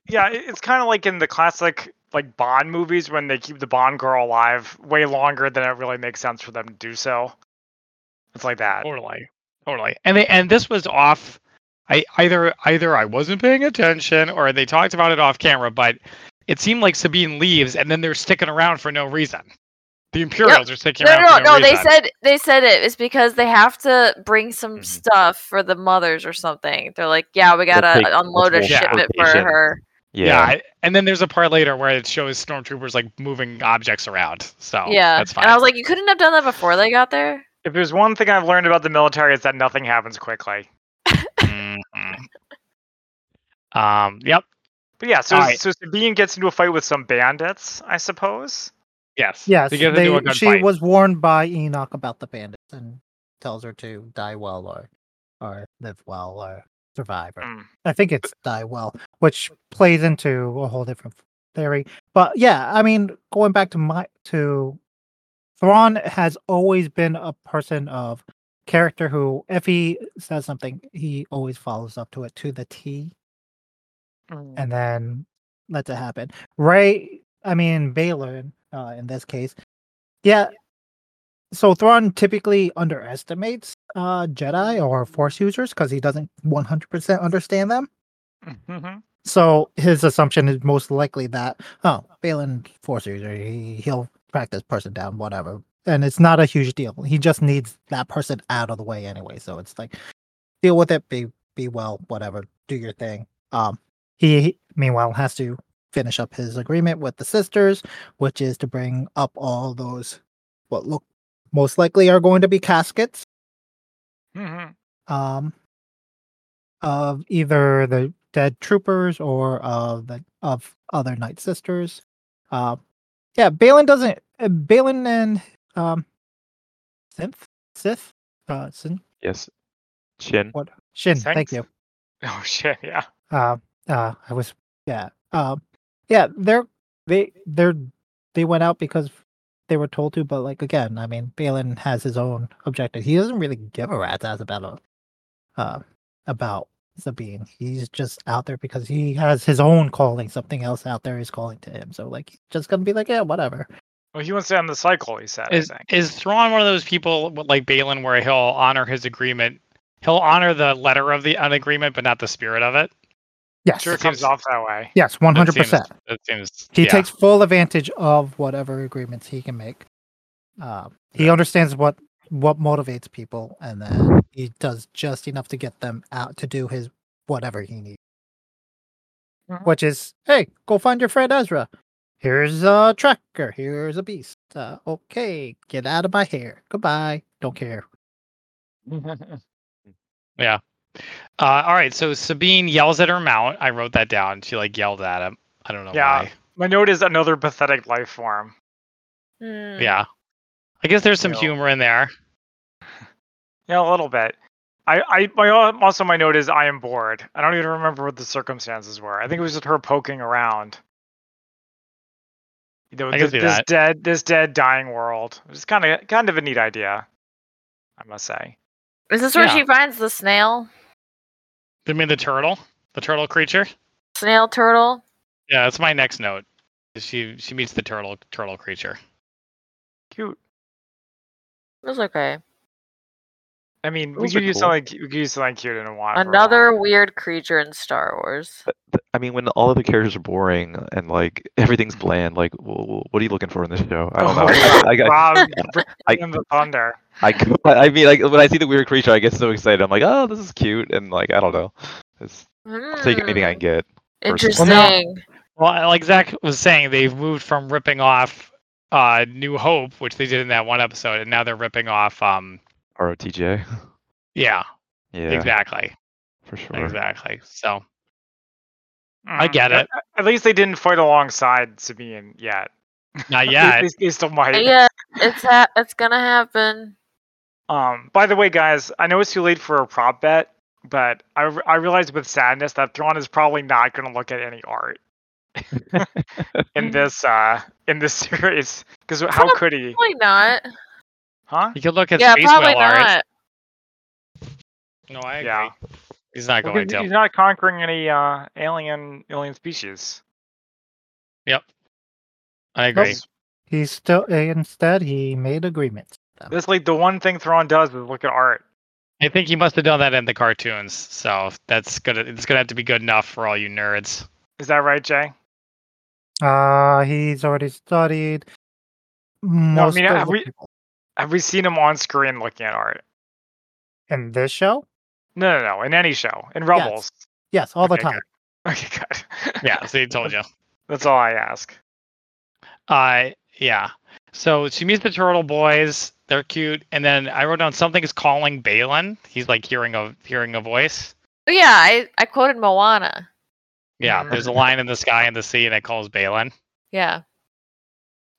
Speaker 1: Yeah, it- it's kind of like in the classic like Bond movies when they keep the Bond girl alive way longer than it really makes sense for them to do so. It's like that.
Speaker 3: Totally, totally. And they and this was off. I either either I wasn't paying attention or they talked about it off camera, but it seemed like Sabine leaves and then they're sticking around for no reason. The Imperials are sticking
Speaker 2: No,
Speaker 3: around.
Speaker 2: no,
Speaker 3: for no,
Speaker 2: no. They
Speaker 3: reason.
Speaker 2: said they said it. It's because they have to bring some
Speaker 3: Mhm.
Speaker 2: stuff for the mothers or something. They're like, yeah, we gotta
Speaker 5: take
Speaker 2: unload a
Speaker 5: multiple
Speaker 2: shipment for
Speaker 5: rotations.
Speaker 2: her.
Speaker 5: Yeah.
Speaker 3: I- and then there's a part later where it shows stormtroopers like moving objects around. So
Speaker 2: yeah,
Speaker 3: Oh, that's fine.
Speaker 2: and I was like, you couldn't have done that before they got there.
Speaker 1: If there's one thing I've learned about the military, it's that nothing happens quickly.
Speaker 3: Mhm. Mm-hmm. um, yep.
Speaker 1: But yeah, so
Speaker 3: Alright.
Speaker 1: so Sabine gets into a fight with some bandits, I suppose.
Speaker 3: Yes.
Speaker 4: Yes,
Speaker 3: They get
Speaker 4: they-
Speaker 3: into a
Speaker 4: she
Speaker 3: gunfight.
Speaker 4: was warned by Enoch about the bandits and tells her to die well or, or live well or survive. Or,
Speaker 1: Mm.
Speaker 4: I think it's die well, which plays into a whole different theory. But yeah, I mean, going back to my to Thrawn has always been a person of character who, if he says something, he always follows up to it to the T.
Speaker 3: Mm.
Speaker 4: and then lets it happen. Ray, I mean Baylor uh, in this case, yeah. So Thrawn typically underestimates uh, Jedi or Force users because he doesn't 100% understand them.
Speaker 1: Mhm.
Speaker 4: So his assumption is most likely that oh, Balin force user, he, he'll track this person down, whatever. And it's not a huge deal. He just needs that person out of the way anyway. So it's like deal with it, be be well, whatever, do your thing. Um, he meanwhile has to finish up his agreement with the sisters, which is to bring up all those what look most likely are going to be caskets
Speaker 1: Mhm.
Speaker 4: um, of either the dead troopers or of the of other night sisters. Uh, yeah, Balin doesn't. uh, Balin and um, Synth, Sith, uh, Sin,
Speaker 5: Yes. Chin.
Speaker 4: what Shin? Thank
Speaker 1: Synth?
Speaker 4: you.
Speaker 1: Oh shit! Yeah.
Speaker 4: Uh, uh, I was yeah. Um, yeah, they're they they're they went out because they were told to. But like again, I mean, Balin has his own objective. He doesn't really give a rat's ass about a, uh, about Sabine. He's just out there because he has his own calling. Something else out there is calling to him. So like, he's just gonna be like, yeah, whatever.
Speaker 1: Well, he wants to end the cycle. He said.
Speaker 3: Is
Speaker 1: I think.
Speaker 3: is Thrawn one of those people w- like Balin where he'll honor his agreement? He'll honor the letter of the an agreement, but not the spirit of it.
Speaker 4: Yes,
Speaker 1: Sure comes off that way.
Speaker 4: yes, one
Speaker 3: That
Speaker 4: hundred
Speaker 3: seems-
Speaker 4: percent.
Speaker 3: That seems.
Speaker 4: He
Speaker 3: yeah.
Speaker 4: takes full advantage of whatever agreements he can make. Um, he understands what what motivates people, and then he does just enough to get them out to do his whatever he needs.
Speaker 1: Mhm.
Speaker 4: Which is, hey, go find your friend Ezra. Here's a tracker. Here's a beast. Uh, okay, get out of my hair. Goodbye. Don't care.
Speaker 3: Uh, all right, so Sabine yells at her mount. I wrote that down. She like yelled at him. I don't know
Speaker 1: Yeah.
Speaker 3: why.
Speaker 1: My note is another pathetic life form.
Speaker 2: Hmm.
Speaker 3: Yeah. I guess there's some
Speaker 1: Yeah.
Speaker 3: humor in there.
Speaker 1: Yeah, a little bit. I, I, my o- also my note is I am bored. I don't even remember what the circumstances were. I think it was just her poking around. You know,
Speaker 3: I can
Speaker 1: this,
Speaker 3: see
Speaker 1: this
Speaker 3: that.
Speaker 1: dead, this dead, dying world. It's kind of, kind of a neat idea, I must say.
Speaker 2: Is this where
Speaker 3: Yeah.
Speaker 2: she finds the snail?
Speaker 3: They made the turtle, the turtle creature.
Speaker 2: Snail turtle?
Speaker 3: Yeah, that's my next note. She she meets the turtle turtle creature.
Speaker 1: Cute.
Speaker 2: It was okay.
Speaker 1: I mean, we
Speaker 5: Those
Speaker 1: could
Speaker 5: are
Speaker 1: use
Speaker 5: cool.
Speaker 1: something, cu- we could use something cute in a while. for a while.
Speaker 2: Another weird creature in Star Wars.
Speaker 5: Th- I mean, when all of the characters are boring and like everything's bland, like wh- wh- what are you looking for in this show? I don't know.
Speaker 1: Oh,
Speaker 5: I, I, I,
Speaker 1: Rob,
Speaker 5: I-
Speaker 1: bring in the thunder.
Speaker 5: I, c- I mean, like when I see the weird creature, I get so excited. I'm like, oh, this is cute, and like I don't know. It's, I'll take anything I
Speaker 2: Hmm.
Speaker 5: can get.
Speaker 2: Interesting.
Speaker 5: Well,
Speaker 3: now- Well, I- like Zach was saying, they've moved from ripping off uh, New Hope, which they did in that one episode, and now they're ripping off. Um,
Speaker 5: ROTJ.
Speaker 3: yeah,
Speaker 5: Yeah,
Speaker 3: exactly,
Speaker 5: for sure.
Speaker 3: exactly. So
Speaker 1: Mm,
Speaker 3: get
Speaker 1: but
Speaker 3: it.
Speaker 1: a- At least they didn't fight alongside Sabine yet.
Speaker 3: not
Speaker 1: They-
Speaker 3: yet.
Speaker 1: They, they still might.
Speaker 2: yeah, it's ha- it's gonna happen.
Speaker 1: Um, by the way, guys, I know it's too late for a prop bet, but I, re- I realized with sadness that Thrawn is probably not going to look at any art in this uh in this series because how could he?
Speaker 2: Probably not.
Speaker 1: Huh?
Speaker 3: You could look at
Speaker 2: yeah,
Speaker 3: Space
Speaker 2: probably
Speaker 3: Whale art.
Speaker 2: not.
Speaker 3: No, I agree.
Speaker 1: Yeah.
Speaker 3: He's not
Speaker 1: Well,
Speaker 3: going
Speaker 1: he's,
Speaker 3: to.
Speaker 1: he's not conquering any uh alien alien species.
Speaker 3: I agree.
Speaker 1: This,
Speaker 4: He's still instead he made agreements.
Speaker 1: this like the one thing Thrawn does is look at art.
Speaker 3: I think he must have done that in the cartoons. So that's gonna it's gonna have to be good enough for all you nerds.
Speaker 1: Is that right, Jay?
Speaker 4: Uh he's already studied most
Speaker 1: mean,
Speaker 4: of
Speaker 1: have
Speaker 4: the
Speaker 1: we-
Speaker 4: people
Speaker 1: Have we seen him on screen looking at art?
Speaker 4: in this show.
Speaker 1: No, no, no. In any show, in Rebels.
Speaker 4: Yes, all the
Speaker 1: Okay,
Speaker 4: time.
Speaker 1: good. Okay, good.
Speaker 3: Yeah, so he told you.
Speaker 1: that's all I ask.
Speaker 3: Uh, yeah. So she meets the turtle boys. They're cute. And then I wrote down something is calling Balin. He's like hearing a hearing a voice.
Speaker 2: But Oh, yeah, I, I quoted Moana.
Speaker 3: Yeah, there's a line in the sky and the sea, and it calls Balin.
Speaker 2: Yeah.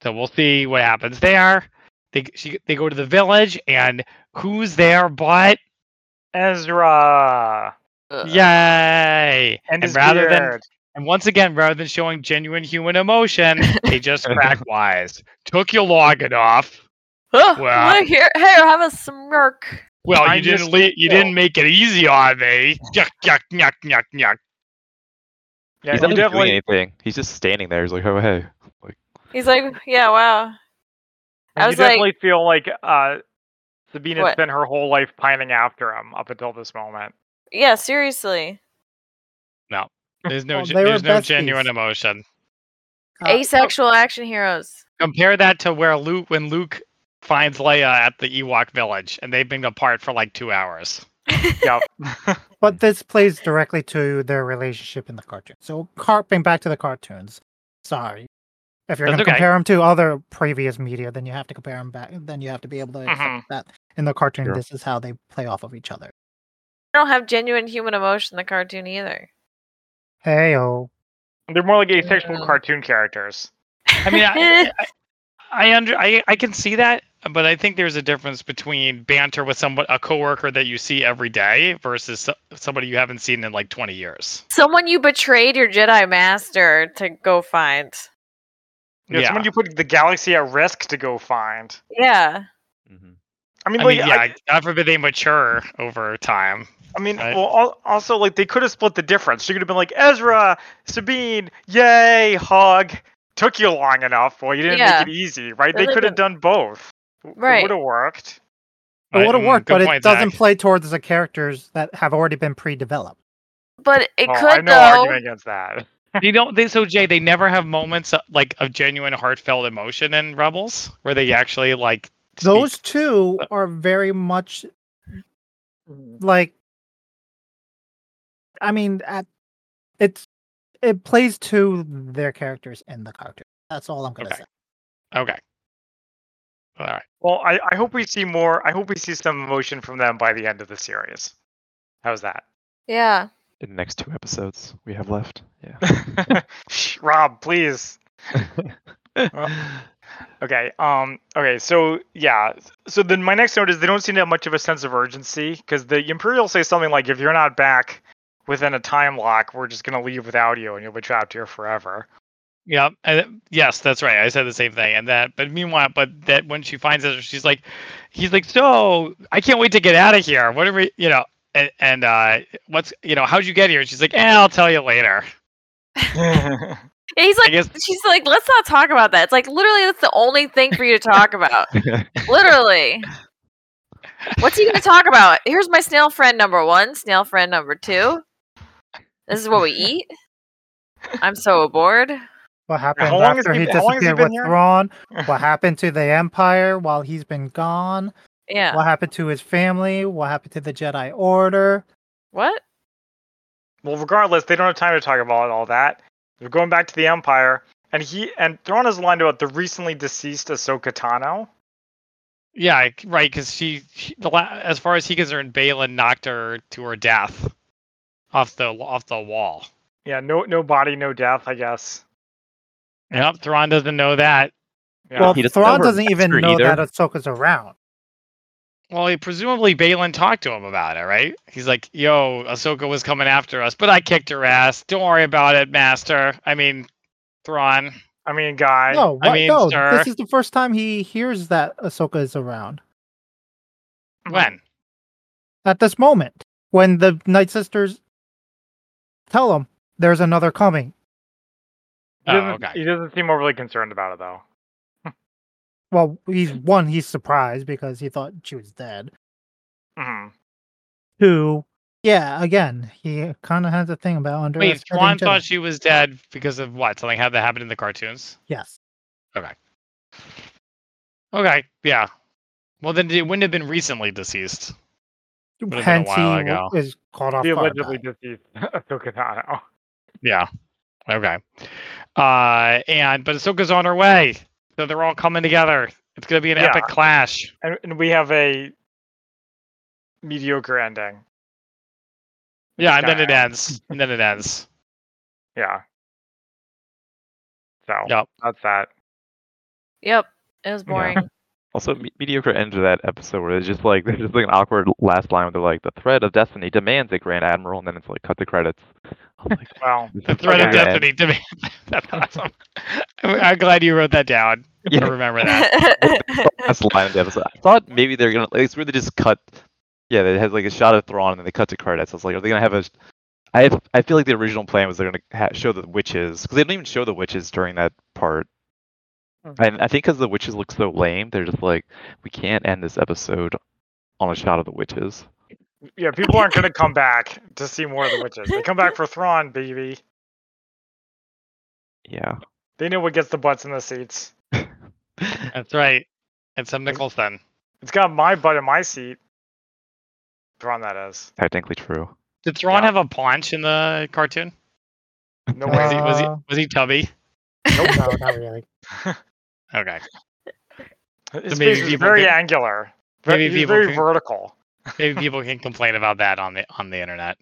Speaker 3: So we'll see what happens there. They she, they go to the village, and who's there but
Speaker 1: Ezra
Speaker 2: Ugh.
Speaker 3: yay?
Speaker 1: and, his
Speaker 3: rather than
Speaker 1: beard.
Speaker 3: And once again, rather than showing genuine human emotion, they just crack wise. Took you long enough.
Speaker 2: Ugh,
Speaker 3: Wow.
Speaker 2: look here, here, have a smirk.
Speaker 3: Well,
Speaker 1: I
Speaker 3: you didn't
Speaker 1: just
Speaker 3: le- you
Speaker 1: feel-
Speaker 3: didn't make it easy on me. Yuck, yuck, yuck, yuck, yuck.
Speaker 1: Yeah,
Speaker 5: he's
Speaker 1: you
Speaker 5: not even
Speaker 1: definitely.
Speaker 5: doing anything. He's just standing there. He's like, oh hey. Like,
Speaker 2: He's like, yeah, wow. I
Speaker 1: you
Speaker 2: was like-
Speaker 1: definitely feel like uh, Sabina
Speaker 2: What?
Speaker 1: spent her whole life pining after him up until this moment.
Speaker 2: Yeah, seriously.
Speaker 3: There's no
Speaker 4: Well,
Speaker 3: ge-
Speaker 4: they were
Speaker 3: there's no
Speaker 4: besties.
Speaker 3: genuine emotion.
Speaker 4: Uh,
Speaker 2: Asexual action heroes.
Speaker 3: Compare that to where Luke when Luke finds Leia at the Ewok village and they've been apart for like two hours.
Speaker 1: Yep.
Speaker 4: But this plays directly to their relationship in the cartoon. So harping back to the cartoons. Sorry. If you're going
Speaker 3: That's
Speaker 4: to
Speaker 3: okay.
Speaker 4: compare them to other previous media, then you have to compare them back. Then you have to be able to accept
Speaker 1: Mhm.
Speaker 4: that in the cartoon,
Speaker 5: Sure.
Speaker 4: this is how they play off of each other.
Speaker 2: They don't have genuine human emotion in the cartoon either.
Speaker 4: Hey, oh.
Speaker 1: They're more like asexual
Speaker 3: Mm.
Speaker 2: Yeah.
Speaker 1: cartoon characters.
Speaker 3: I mean, I, I, I under I, I can see that, but I think there's a difference between banter with someone a coworker that you see every day versus so- somebody you haven't seen in like 20 years.
Speaker 2: Someone you betrayed your Jedi Master to go find.
Speaker 1: You know,
Speaker 3: Yeah.
Speaker 1: Someone you put the galaxy at risk to go find.
Speaker 2: Yeah.
Speaker 1: Mm-hmm. I mean,
Speaker 3: I
Speaker 1: like,
Speaker 3: mean, yeah,
Speaker 1: I,
Speaker 3: God forbid they mature over time.
Speaker 1: I mean,
Speaker 3: Right.
Speaker 1: well, al- also like they could have split the difference. She could have been like Ezra, Sabine, yay, hug. Took you long enough. Well, you didn't
Speaker 2: Yeah.
Speaker 1: make it easy, right?
Speaker 2: Really
Speaker 1: they could have done both.
Speaker 2: Right.
Speaker 1: It would have worked.
Speaker 4: It would have
Speaker 3: Mm,
Speaker 4: worked,
Speaker 3: good
Speaker 4: but it
Speaker 3: point,
Speaker 4: doesn't
Speaker 3: Zach.
Speaker 4: play towards the characters that have already been pre developed.
Speaker 2: But it
Speaker 1: Oh, I have
Speaker 2: could
Speaker 1: no
Speaker 2: though.
Speaker 1: argument against that.
Speaker 3: they don't. They so Jay. They never have moments of, like of genuine heartfelt emotion in Rebels where they actually like speak-
Speaker 4: Those two are very much
Speaker 1: Mm.
Speaker 4: like I mean at it's it plays to their characters in the cartoon. That's all I'm gonna
Speaker 3: Okay.
Speaker 4: say.
Speaker 3: Okay. All right.
Speaker 1: Well, I, I hope we see more. I hope we see some emotion from them by the end of the series. How's that?
Speaker 2: Yeah.
Speaker 5: in the next two episodes we have left. Yeah.
Speaker 1: Shh, Rob, please. Well- Okay. Um. Okay. So yeah. So then my next note is they don't seem to have much of a sense of urgency because the Imperial say something like, "If you're not back within a time lock, we're just gonna leave without you, and you'll be trapped here forever."
Speaker 3: Yeah. And, yes, that's right. I said the same thing. And that, but meanwhile, but that when she finds out, she's like, he's like, so I can't wait to get out of here. What are we, you know, and, and uh, what's, you know, how'd you get here? She's like, eh, I'll tell you later.
Speaker 1: yeah.
Speaker 2: And he's
Speaker 3: I
Speaker 2: like,
Speaker 3: guess,
Speaker 2: she's like, let's not talk about that. It's like literally that's the only thing for you to talk about. literally. What's he gonna talk about? Here's my snail friend number one, snail friend number two. This is what we eat. I'm so bored.
Speaker 4: What happened
Speaker 1: long has
Speaker 4: after
Speaker 1: he
Speaker 4: he
Speaker 1: been- how long has he
Speaker 4: disappeared
Speaker 1: been
Speaker 4: with
Speaker 1: here?
Speaker 4: Thrawn? What happened to the Empire while he's been gone?
Speaker 2: Yeah.
Speaker 4: What happened to his family? What happened to the Jedi Order?
Speaker 2: What?
Speaker 1: Well, regardless, they don't have time to talk about all that. They're going back to the Empire, and he and Thrawn is lined about the recently deceased Ahsoka Tano.
Speaker 3: yeah, I- right. Cause she, she the la- as far as he concerned, Balin knocked her to her death off the, off the wall.
Speaker 1: Yeah. No. No body. No death. I guess.
Speaker 3: Yep. Thrawn doesn't know that.
Speaker 1: Yeah.
Speaker 4: Well,
Speaker 5: He doesn't know
Speaker 4: Thrawn
Speaker 5: her
Speaker 4: doesn't even
Speaker 5: master
Speaker 4: know
Speaker 5: either.
Speaker 4: that Ahsoka's around.
Speaker 3: Well, he, presumably Balin talked to him about it, right? He's like, "Yo, Ahsoka was coming after us, but I kicked her ass. Don't worry about it, Master. I mean, Thrawn.
Speaker 1: I mean, guy.
Speaker 4: No,
Speaker 3: I
Speaker 4: what?
Speaker 3: mean,
Speaker 4: no,
Speaker 3: sir.
Speaker 4: this is the first time he hears that Ahsoka is around
Speaker 3: When?
Speaker 4: at this moment when the Night Sisters tell him there's another coming.
Speaker 1: He
Speaker 3: Oh,
Speaker 1: doesn't,
Speaker 3: okay.
Speaker 1: he doesn't seem overly concerned about it though.
Speaker 4: Well, he's one, he's surprised because he thought she was dead.
Speaker 1: hmm
Speaker 4: Two, yeah, again, he kind of has a thing about under.
Speaker 3: Wait, Thrawn thought she was dead because of what? Something had that happened in the cartoons?
Speaker 4: yes.
Speaker 3: Okay, yeah. Well, then it wouldn't have been recently deceased. been a
Speaker 4: Hence, he
Speaker 3: while
Speaker 4: w-
Speaker 3: ago.
Speaker 4: is caught off
Speaker 1: The
Speaker 4: guard.
Speaker 1: allegedly
Speaker 4: by it.
Speaker 1: deceased Ahsoka Tano.
Speaker 3: Yeah. Okay. Uh, and but Ahsoka's on her way, so they're all coming together. It's gonna be an
Speaker 1: Yeah.
Speaker 3: epic clash.
Speaker 1: and, and we have a mediocre ending.
Speaker 3: Yeah, and then it
Speaker 1: Yeah.
Speaker 3: ends. And then it ends.
Speaker 1: Yeah. So
Speaker 3: Yep.
Speaker 1: that's that.
Speaker 2: Yep. It was
Speaker 5: Yeah.
Speaker 2: boring.
Speaker 5: Also, me- mediocre end to that episode where it's just like there's just like an awkward last line where they're like, "The threat of destiny demands a grand admiral," and then it's like cut the credits. I'm like,
Speaker 1: Well,
Speaker 5: this
Speaker 3: The
Speaker 5: is
Speaker 3: threat of
Speaker 5: gonna end.
Speaker 3: destiny to me. That's awesome. I'm glad you wrote that down. I
Speaker 5: Yeah,
Speaker 3: remember that.
Speaker 5: that's the line of the episode. I thought maybe they're gonna. Like, it's where they just cut. Yeah, they had like a shot of Thrawn and then they cut to credits. I was like, are they gonna have a? I I feel like the original plan was they're gonna ha- show the witches because they didn't even show the witches during that part. And I think because the witches look so lame, they're just like, we can't end this episode on a shot of the witches.
Speaker 1: Yeah, people aren't gonna come back to see more of the witches. They come back for Thrawn, baby.
Speaker 5: Yeah.
Speaker 1: They know what gets the butts in the seats.
Speaker 3: That's right. And some nickels then.
Speaker 1: It's got my butt in my seat. Thrawn, that is.
Speaker 5: Technically true.
Speaker 3: Did Thrawn
Speaker 1: Yeah.
Speaker 3: have a paunch in the cartoon?
Speaker 1: No
Speaker 3: Or was he
Speaker 1: way.
Speaker 3: was he
Speaker 4: Uh,
Speaker 3: was he tubby?
Speaker 1: Nope.
Speaker 4: No, not really.
Speaker 3: Okay.
Speaker 1: His
Speaker 3: maybe
Speaker 1: face was
Speaker 3: people
Speaker 1: very
Speaker 3: can-
Speaker 1: angular. Ve-
Speaker 3: maybe
Speaker 1: he's
Speaker 3: people
Speaker 1: very
Speaker 3: can-
Speaker 1: vertical.
Speaker 3: Maybe people can complain about that on the on the internet.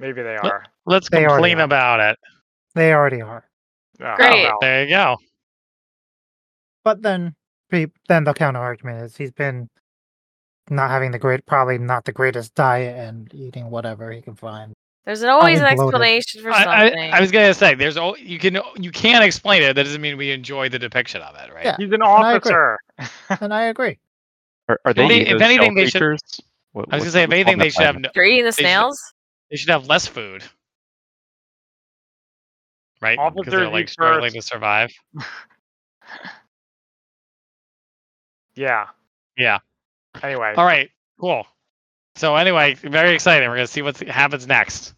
Speaker 1: Maybe they
Speaker 3: Well,
Speaker 1: are.
Speaker 3: Let's
Speaker 4: They already
Speaker 3: complain
Speaker 4: are.
Speaker 3: about it.
Speaker 4: They already are.
Speaker 1: Yeah, I don't
Speaker 2: Great.
Speaker 1: know.
Speaker 3: There you go.
Speaker 4: But then, pe- then the counter argument is he's been not having the great, probably not the greatest diet and eating whatever he can find.
Speaker 2: There's an- always an
Speaker 4: Probably bloated.
Speaker 2: explanation for
Speaker 3: I, I-
Speaker 2: something.
Speaker 3: I was gonna say there's all you can you can explain it. That doesn't mean we enjoy the depiction of it, right?
Speaker 4: Yeah.
Speaker 1: He's an
Speaker 4: I agree.
Speaker 1: officer.
Speaker 4: And I agree.
Speaker 5: Are, are
Speaker 3: If
Speaker 5: they?
Speaker 3: any- if
Speaker 5: those
Speaker 3: anything,
Speaker 5: shell
Speaker 3: they should-
Speaker 5: creatures? What-
Speaker 3: I was gonna
Speaker 5: what's-
Speaker 3: say if
Speaker 5: what's on
Speaker 3: anything
Speaker 5: that
Speaker 3: they should have no,
Speaker 5: planet?
Speaker 2: They're eating the
Speaker 3: They should-
Speaker 2: snails.
Speaker 3: they should have less food, right? Because
Speaker 1: Officers
Speaker 3: they're
Speaker 1: eat
Speaker 3: like struggling
Speaker 1: first.
Speaker 3: to survive.
Speaker 1: Yeah.
Speaker 3: Yeah.
Speaker 1: Anyway,
Speaker 3: All right, cool. So anyway, very exciting. We're gonna see what happens next.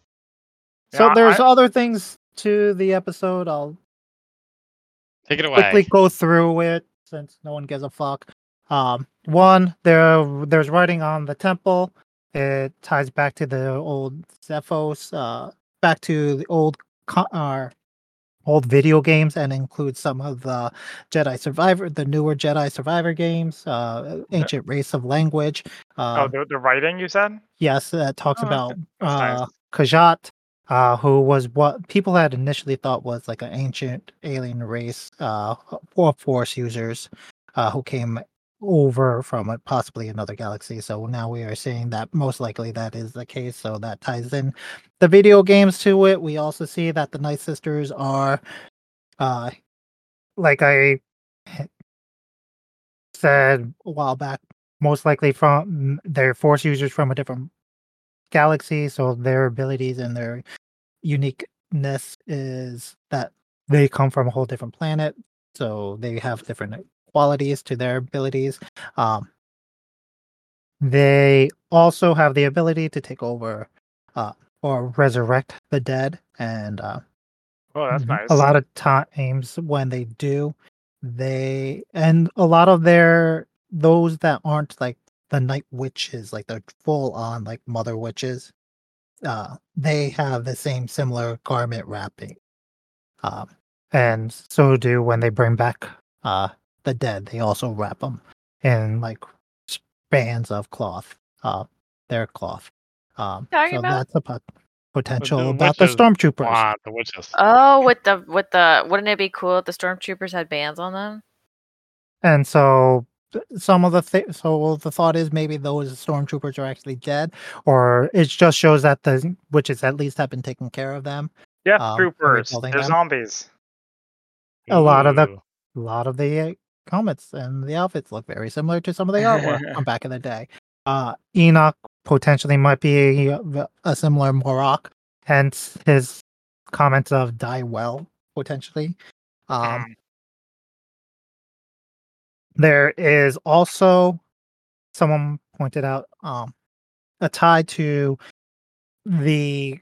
Speaker 4: So
Speaker 1: Yeah, I-
Speaker 4: there's uh, other things to the episode. I'll
Speaker 3: Take it away.
Speaker 4: quickly go through it since no one gives a fuck. Um, one, there there's writing on the temple. It ties back to the old Zephos, uh, back to the old co- uh, old video games, and includes some of the Jedi Survivor, the newer Jedi Survivor games, uh, ancient race of language. Uh,
Speaker 1: oh, the, the writing you said?
Speaker 4: Yes, that talks
Speaker 1: Oh,
Speaker 4: about
Speaker 1: okay. That's nice.
Speaker 4: uh, Kajat, uh, who was what people had initially thought was like an ancient alien race, uh, or force users, uh, who came over from a, possibly another galaxy. So now we are seeing that most likely that is the case. So that ties in the video games to it. We also see that the Night Sisters are, uh, like I said a while back, most likely from they're force users from a different galaxy, so their abilities and their uniqueness is that they come from a whole different planet, so they have different qualities to their abilities. Um, they also have the ability to take over uh, or resurrect the dead, and uh,
Speaker 1: Oh, that's
Speaker 4: Mhm.
Speaker 1: nice.
Speaker 4: A lot of times when they do, they and a lot of their those that aren't like the night witches, like they're full on like mother witches, uh, they have the same similar garment wrapping. Um, and so do when they bring back uh the dead, they also wrap them in like spans of cloth, uh, their cloth. Um,
Speaker 2: Talking
Speaker 4: so
Speaker 2: about-
Speaker 4: that's a pot- potential
Speaker 3: the
Speaker 4: about the
Speaker 3: witches
Speaker 4: stormtroopers.
Speaker 3: Wow, the witches.
Speaker 2: Oh, with the with the wouldn't it be cool if the stormtroopers had bands on them?
Speaker 4: and so th- some of the th- so the thought is maybe those stormtroopers are actually dead or it just shows that the witches at least have been taking care of them
Speaker 1: Death
Speaker 4: um,
Speaker 1: troopers.
Speaker 4: rebuilding
Speaker 1: They're
Speaker 4: them.
Speaker 1: zombies.
Speaker 4: a lot of the-
Speaker 3: Ooh.
Speaker 4: a lot of the uh, helmets and the outfits look very similar to some of the artwork from back in the day uh enoch potentially might be a, a similar morok hence his comments of die well potentially um
Speaker 1: Mm.
Speaker 4: There is also someone pointed out um, a tie to the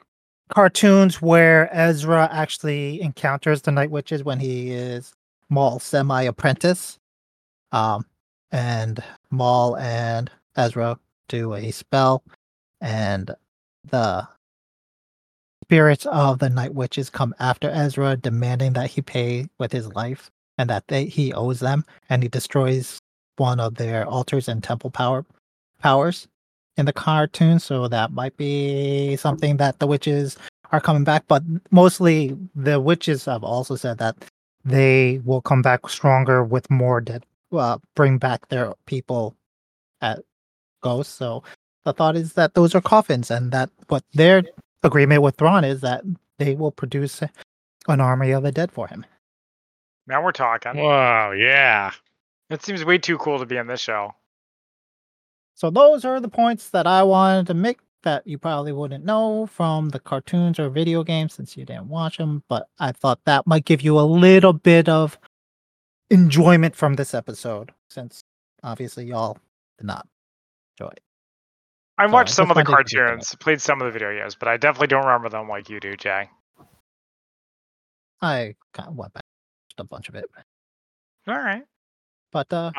Speaker 4: cartoons where Ezra actually encounters the Night Witches when he is Maul semi apprentice. Um, and Maul and Ezra do a spell, and the spirits of the Night Witches come after Ezra, demanding that he pay with his life and that they, he owes them and he destroys one of their altars and temple power powers in the cartoon. So that might be something that the witches are coming back. But mostly the witches have also said that they will come back stronger with more dead, uh, bring back their people at ghosts. So the thought is that those are coffins, and that what their agreement with Thrawn is that they will produce an army of the dead for him.
Speaker 1: Now we're talking.
Speaker 3: Whoa, yeah.
Speaker 1: It seems way too cool to be in this show.
Speaker 4: So those are the points that I wanted to make that you probably wouldn't know from the cartoons or video games since you didn't watch them, but I thought that might give you a little bit of enjoyment from this episode since obviously y'all did not enjoy it.
Speaker 1: I
Speaker 4: So,
Speaker 1: watched some of
Speaker 4: that's
Speaker 1: the
Speaker 4: my take on it.
Speaker 1: cartoons, played some of the video games, but I definitely don't remember them like you do, Jay.
Speaker 4: I kind of went back to a bunch of it,
Speaker 1: All right.
Speaker 4: but uh,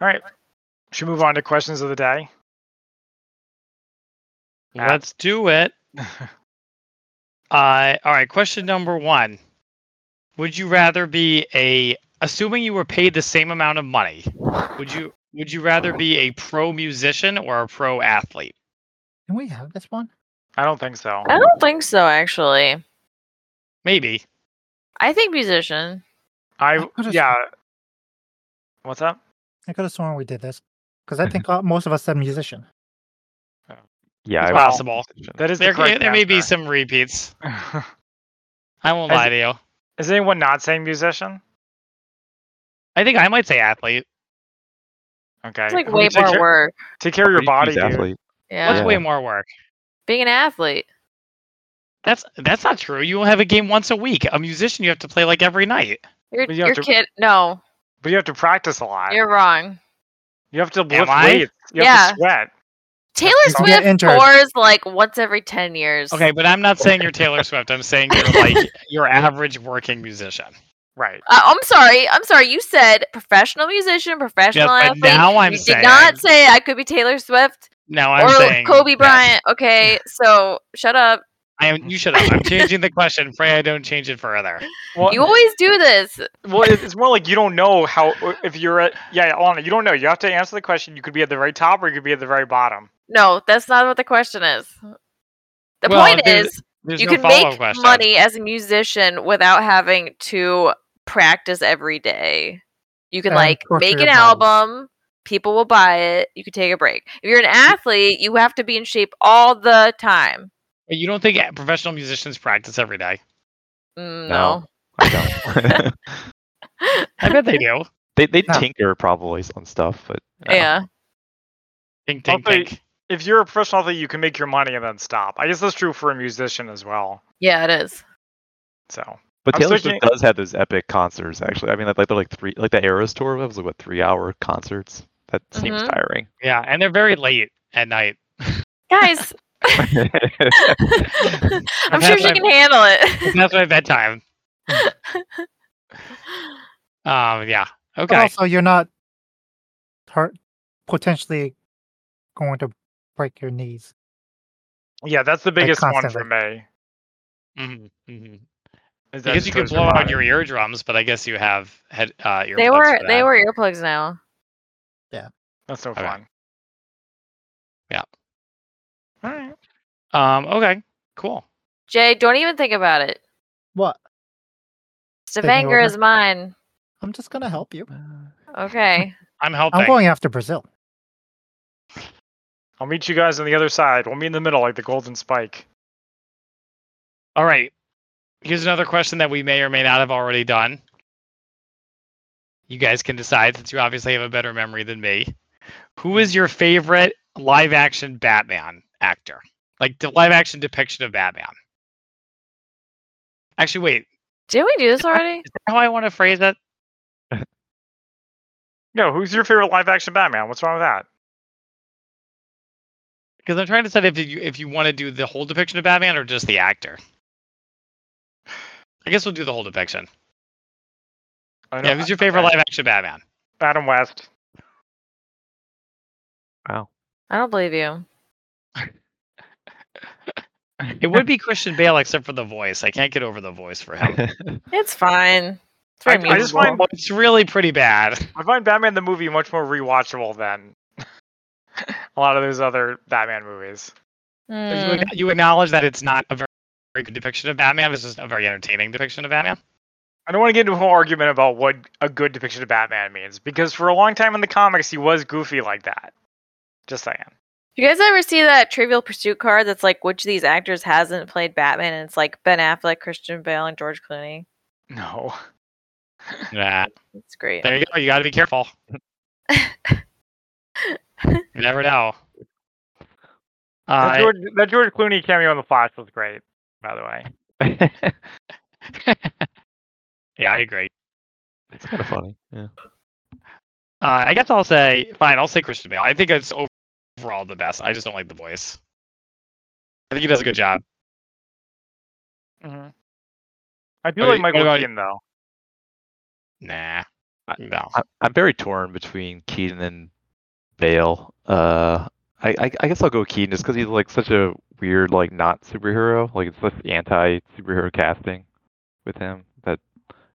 Speaker 1: All right. Should we move on to questions of the day? Yeah.
Speaker 3: Let's do it. Uh, all right, question number one. Would you rather be a assuming you were paid the same amount of money, would you would you rather be a pro musician or a pro athlete?
Speaker 4: can we have this one?
Speaker 1: I don't think so.
Speaker 2: I don't think so, actually.
Speaker 3: Maybe.
Speaker 2: I think musician.
Speaker 1: I
Speaker 4: I could've-
Speaker 1: yeah. What's up?
Speaker 4: I could have sworn we did this because I think uh, most of us said musician.
Speaker 5: Yeah,
Speaker 3: It's
Speaker 5: I would-
Speaker 3: possible.
Speaker 1: That is
Speaker 3: There,
Speaker 1: the correct
Speaker 3: there may be
Speaker 1: answer.
Speaker 3: some repeats. I won't
Speaker 1: As-
Speaker 3: lie to you.
Speaker 1: is anyone not saying musician?
Speaker 3: I think I might say athlete.
Speaker 1: Okay.
Speaker 2: It's like
Speaker 1: Who
Speaker 2: way
Speaker 1: take
Speaker 2: more
Speaker 1: care-
Speaker 2: work.
Speaker 1: Take care of your
Speaker 5: Pretty
Speaker 1: body,
Speaker 5: huge
Speaker 1: dude.
Speaker 5: athlete.
Speaker 2: Yeah.
Speaker 3: That's
Speaker 5: Yeah.
Speaker 3: way more work.
Speaker 2: Being an athlete.
Speaker 3: That's that's not true. You will have a game once a week. A musician you have to play like every night.
Speaker 2: Your,
Speaker 1: But you have
Speaker 2: your
Speaker 1: to-
Speaker 2: kid. No,
Speaker 1: But you have to practice a lot.
Speaker 2: you're wrong.
Speaker 1: You have to lift
Speaker 3: I?
Speaker 1: weights. You have to sweat.
Speaker 2: Taylor
Speaker 4: You can get
Speaker 2: Swift
Speaker 4: injured.
Speaker 2: tours like once every 10 years.
Speaker 3: Okay, but I'm not saying you're Taylor Swift. I'm saying you're like your average working musician.
Speaker 1: Right.
Speaker 2: Uh, I'm sorry. I'm sorry. You said professional musician, professional
Speaker 3: but
Speaker 2: athlete.
Speaker 3: now I'm
Speaker 2: you
Speaker 3: saying-
Speaker 2: did not say I could be Taylor Swift
Speaker 3: Now I'm
Speaker 2: or
Speaker 3: saying
Speaker 2: Kobe
Speaker 3: yes.
Speaker 2: Bryant. Okay, so shut up.
Speaker 3: I am. You should. I'm changing the question. Pray I don't change it further.
Speaker 1: Well,
Speaker 2: You always do this.
Speaker 1: well, it- it's more like you don't know how if you're at yeah, Alana, you don't know. You have to answer the question. You could be at the very top or you could be at the very bottom.
Speaker 2: No, that's not what the question is. The
Speaker 3: Well,
Speaker 2: point
Speaker 3: there's-
Speaker 2: is,
Speaker 3: There's
Speaker 2: you
Speaker 3: no
Speaker 2: can
Speaker 3: follow-up
Speaker 2: make
Speaker 3: question.
Speaker 2: money as a musician without having to practice every day. You can
Speaker 4: And
Speaker 2: like
Speaker 4: torture
Speaker 2: make
Speaker 4: your
Speaker 2: an
Speaker 4: body.
Speaker 2: album, people will buy it, you can take a break. If you're an athlete, you have to be in shape all the time.
Speaker 3: But You don't think a- professional musicians practice every day?
Speaker 2: Mm,
Speaker 5: No.
Speaker 2: no.
Speaker 5: I don't.
Speaker 3: I bet they do.
Speaker 5: they they
Speaker 4: No.
Speaker 5: tinker probably on stuff, but uh, no.
Speaker 2: Yeah.
Speaker 3: Think, think,
Speaker 1: Okay.
Speaker 3: think.
Speaker 1: If you're a professional athlete, you can make your money and then stop. I guess that's true for a musician as well.
Speaker 2: Yeah, it is.
Speaker 1: So
Speaker 5: But
Speaker 1: I'm
Speaker 5: Taylor
Speaker 1: thinking-
Speaker 5: Swift does have those epic concerts. Actually, I mean, like they're like three, like the Eras tour. That was like what three-hour concerts. That seems
Speaker 2: Mhm.
Speaker 5: tiring.
Speaker 3: Yeah, and they're very late at night.
Speaker 2: Guys, I'm sure she
Speaker 3: Perhaps
Speaker 2: can handle it.
Speaker 3: It's past my bedtime. Um. Yeah.
Speaker 4: But
Speaker 3: Okay.
Speaker 4: also, you're not hurt, potentially going to break your knees.
Speaker 1: yeah, that's the biggest one for
Speaker 4: constantly.
Speaker 1: me.
Speaker 3: Mhm, mhm.
Speaker 1: Is
Speaker 3: I
Speaker 1: that
Speaker 3: guess you
Speaker 1: it
Speaker 3: could
Speaker 1: goes
Speaker 3: blow out
Speaker 1: around.
Speaker 3: your eardrums, but I guess you have head uh, earplugs.
Speaker 2: they were
Speaker 3: for
Speaker 2: they
Speaker 3: that.
Speaker 2: were earplugs now.
Speaker 1: That's no
Speaker 3: Okay.
Speaker 1: fun.
Speaker 3: Yeah.
Speaker 1: All right.
Speaker 3: Um. Okay. Cool.
Speaker 2: Jay, don't even think about it.
Speaker 4: What?
Speaker 2: Stavanger
Speaker 4: over.
Speaker 2: is mine.
Speaker 4: I'm just gonna help you.
Speaker 2: Okay.
Speaker 3: I'm helping.
Speaker 4: I'm going after Brazil.
Speaker 1: I'll meet you guys on the other side. We'll meet in the middle, like the golden spike.
Speaker 3: All right. Here's another question that we may or may not have already done. You guys can decide since you obviously have a better memory than me. Who is your favorite live action Batman actor? Like the live action depiction of Batman. Actually, wait.
Speaker 2: Did we do this already?
Speaker 3: Is that how I want to phrase it?
Speaker 1: No, who's your favorite live action Batman? What's wrong with that?
Speaker 3: Because I'm trying to decide if you if you want to do the whole depiction of Batman or just the actor. I guess we'll do the whole depiction.
Speaker 1: I know-
Speaker 3: Yeah, who's your favorite live action Batman?
Speaker 1: Adam West.
Speaker 2: I don't believe you.
Speaker 3: It would be Christian Bale, except for the voice. I can't get over the voice for him.
Speaker 2: It's fine. It's
Speaker 1: I,
Speaker 2: very
Speaker 1: I just
Speaker 2: musical.
Speaker 1: find
Speaker 3: It's really pretty bad.
Speaker 1: I find Batman the movie much more rewatchable than a lot of those other Batman movies.
Speaker 3: You,
Speaker 2: Mm,
Speaker 3: ac- you acknowledge that it's not a very, very good depiction of Batman. It's just a very entertaining depiction of Batman.
Speaker 1: I don't want to get into a whole argument about what a good depiction of Batman means, because for a long time in the comics he was goofy like that. Just saying.
Speaker 2: You guys ever see that Trivial Pursuit card that's like which of these actors hasn't played Batman and it's like Ben Affleck, Christian Bale, and George Clooney?
Speaker 1: No.
Speaker 3: Yeah.
Speaker 2: It's great.
Speaker 3: There you go. You got to be careful. you never know.
Speaker 1: That
Speaker 3: Uh,
Speaker 1: George, that George Clooney cameo in The Flash was great, by the way.
Speaker 5: it's
Speaker 3: yeah, I agree.
Speaker 5: kind of funny. Yeah.
Speaker 3: Uh, I guess I'll say fine. I'll say Christian Bale. I think it's ov- overall the best. I just don't like the voice. I think he does a good job.
Speaker 1: Mm-hmm. I do
Speaker 3: What
Speaker 1: like
Speaker 3: about-
Speaker 1: Michael
Speaker 3: what about-
Speaker 1: Keaton though.
Speaker 3: Nah, no.
Speaker 5: I- I'm very torn between Keaton and Bale. Uh, I, I, I guess I'll go Keaton just because he's like such a weird, like not superhero. Like it's such anti superhero casting with him that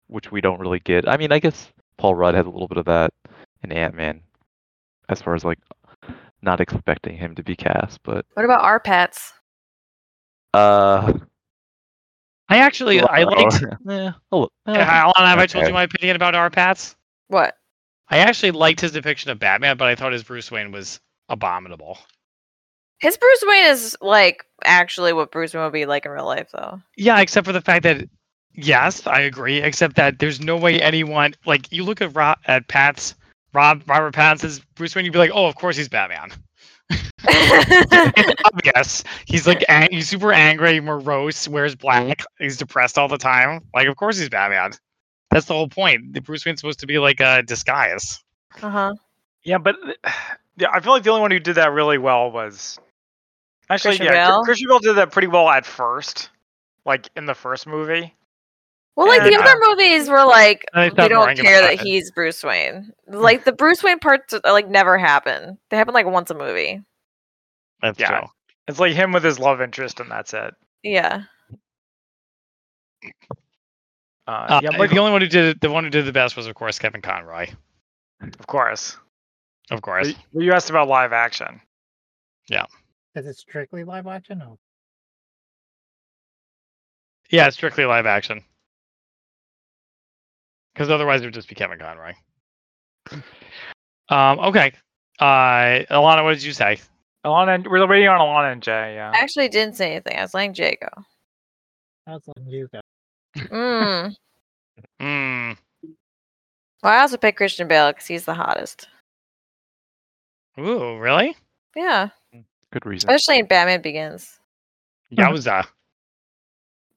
Speaker 5: which we don't really get. I mean, I guess Paul Rudd has a little bit of that in Ant Man, as far as like not expecting him to be cast, but
Speaker 2: What about our pets?
Speaker 5: uh,
Speaker 3: I
Speaker 5: Oh,
Speaker 3: actually I liked.
Speaker 5: yeah, a li- eh,
Speaker 3: Alan, have I told
Speaker 5: Okay.
Speaker 3: you my opinion about our Pats?
Speaker 2: What?
Speaker 3: I actually liked his depiction of Batman, but I thought his Bruce Wayne was abominable.
Speaker 2: His Bruce Wayne is like actually what Bruce Wayne would be like in real life, though.
Speaker 3: Yeah, except for the fact that yes, I agree. Except that there's no way anyone like you look at Rob, at Pat's Rob Robert Pattinson's Bruce Wayne, you'd be like, oh, of course he's Batman. it's obvious. Oh, He's like ang- he's super angry, morose, wears black, he's depressed all the time. Like, of course he's Batman. That's the whole point. The Bruce Wayne's supposed to be like a disguise.
Speaker 2: uh huh.
Speaker 1: Yeah, but yeah, I feel like the only one who did that really well was actually
Speaker 2: Christian
Speaker 1: yeah, Chr-
Speaker 2: Bale?
Speaker 1: Christian Bale did that pretty well at first, like in the first movie.
Speaker 2: Well, like the
Speaker 1: Yeah.
Speaker 2: other movies were like
Speaker 3: And they
Speaker 2: they
Speaker 3: stopped
Speaker 2: don't
Speaker 3: worrying
Speaker 2: care
Speaker 3: about
Speaker 2: that
Speaker 3: it.
Speaker 2: he's Bruce Wayne. Like the Bruce Wayne parts uh, like never happen. They happen like once a movie.
Speaker 3: That's
Speaker 1: Yeah.
Speaker 3: true.
Speaker 1: It's like him with his love interest, and that's it.
Speaker 2: Yeah.
Speaker 1: Uh,
Speaker 3: Uh,
Speaker 1: yeah,
Speaker 3: the
Speaker 1: Michael,
Speaker 3: only one who did it, the one who did the best was, of course, Kevin Conroy.
Speaker 1: of course.
Speaker 3: Of course.
Speaker 1: But You asked about live action.
Speaker 4: Is it strictly live action? Oh, No.
Speaker 3: Yeah, strictly live action. Because otherwise it would just be Kevin Conroy. Um, okay. Uh, Alana, what did you say?
Speaker 1: Alana, and- we're waiting on Alana and Jay. Yeah.
Speaker 2: I actually didn't say anything. I was letting Jay go.
Speaker 4: That's on you guys.
Speaker 2: Mm.
Speaker 3: Mm,
Speaker 2: Well, I also picked Christian Bale because he's the hottest.
Speaker 3: ooh, really?
Speaker 2: Yeah,
Speaker 5: good reason.
Speaker 2: especially in Batman Begins.
Speaker 3: Yowza.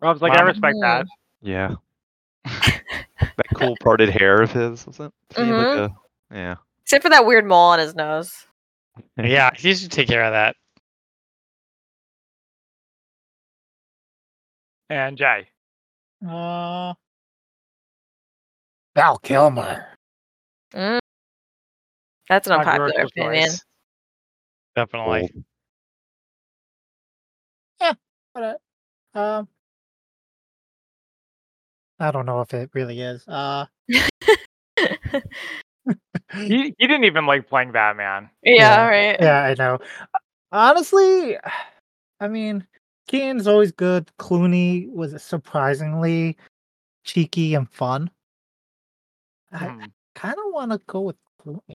Speaker 1: Rob's like, I
Speaker 3: Mama.
Speaker 1: respect that.
Speaker 5: Yeah. that cool parted hair of his, wasn't it? He had like a- yeah.
Speaker 2: Except for that weird mole on his nose.
Speaker 3: Yeah, you should take care of that.
Speaker 1: And Jay.
Speaker 4: Uh, Val Kilmer.
Speaker 2: Mm. That's an unpopular
Speaker 1: controversial
Speaker 2: opinion.
Speaker 1: choice.
Speaker 3: Definitely.
Speaker 4: But, uh, um, I don't know if it really is. Uh,
Speaker 1: He, he didn't even like playing Batman.
Speaker 2: yeah, right.
Speaker 4: yeah, I know. Honestly, I mean, Keaton's always good. Clooney was surprisingly cheeky and fun. I-
Speaker 1: Hmm.
Speaker 4: Kind of want to go with Clooney.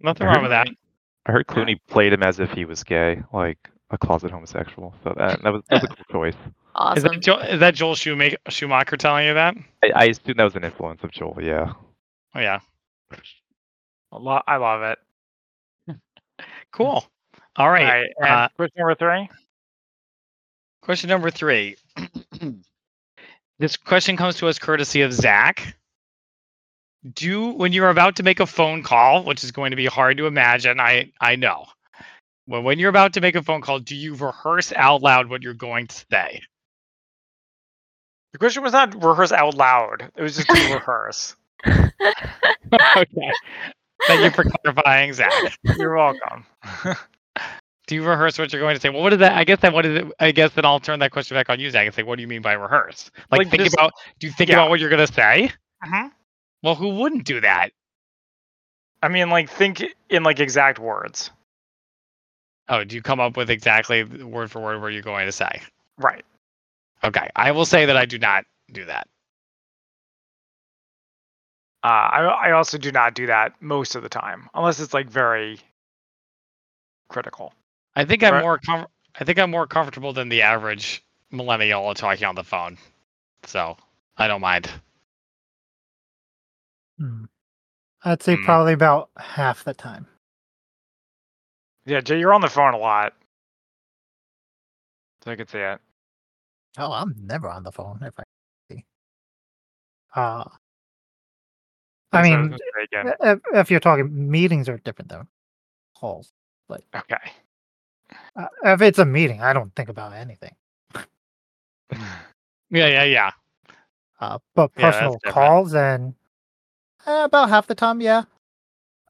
Speaker 3: Nothing wrong with that.
Speaker 5: I heard Clooney played him as if he was gay, like a closet homosexual. So that that was, that was a cool choice.
Speaker 3: Is
Speaker 2: Awesome.
Speaker 3: that, jo- is that Joel Schumake- Schumacher telling you that?
Speaker 5: I, I assume that was an influence of Joel. Yeah.
Speaker 3: Oh, yeah.
Speaker 1: I lo- I love it.
Speaker 3: Cool. All right.
Speaker 1: All right. And
Speaker 3: uh,
Speaker 1: question number three.
Speaker 3: Question number three. this question comes to us courtesy of Zach. Do when you're about to make a phone call, which is going to be hard to imagine, I I know. When when you're about to make a phone call, do you rehearse out loud what you're going to say?
Speaker 1: The question was not rehearse out loud. It was just to rehearse.
Speaker 3: okay. Thank you for clarifying, Zach.
Speaker 1: You're welcome.
Speaker 3: Do you rehearse what you're going to say? Well, what is that? I guess that what is it? I guess then I'll turn that question back on you, Zach, and say, what do you mean by rehearse? Like,
Speaker 1: Like,
Speaker 3: think
Speaker 1: just-
Speaker 3: about do you think
Speaker 1: yeah.
Speaker 3: about what you're gonna say?
Speaker 1: Mhm.
Speaker 3: Well, who wouldn't do that?
Speaker 1: I mean, like, think in like exact words.
Speaker 3: Oh, do you come up with exactly th- word for word what you're going to say?
Speaker 1: Right.
Speaker 3: Okay, I will say that I do not do that.
Speaker 1: Uh, I I also do not do that most of the time, unless it's like very critical.
Speaker 3: I think I'm
Speaker 1: Right.
Speaker 3: more com- I think I'm more comfortable than the average millennial talking on the phone, so I don't mind.
Speaker 4: Hmm. I'd say
Speaker 3: Hmm.
Speaker 4: probably about half the time.
Speaker 1: Yeah, Jay, you're on the phone a lot. So I can see it.
Speaker 4: Oh, I'm never on the phone if I see. Uh, I
Speaker 1: That's what
Speaker 4: mean,
Speaker 1: was gonna say again.
Speaker 4: if, if you're talking meetings are different than calls.
Speaker 1: Okay.
Speaker 4: Uh, if it's a meeting, I don't think about anything.
Speaker 3: Yeah, yeah, yeah.
Speaker 4: Uh, but
Speaker 3: Yeah, that's
Speaker 4: personal
Speaker 3: different.
Speaker 4: calls and eh, about half the time, yeah,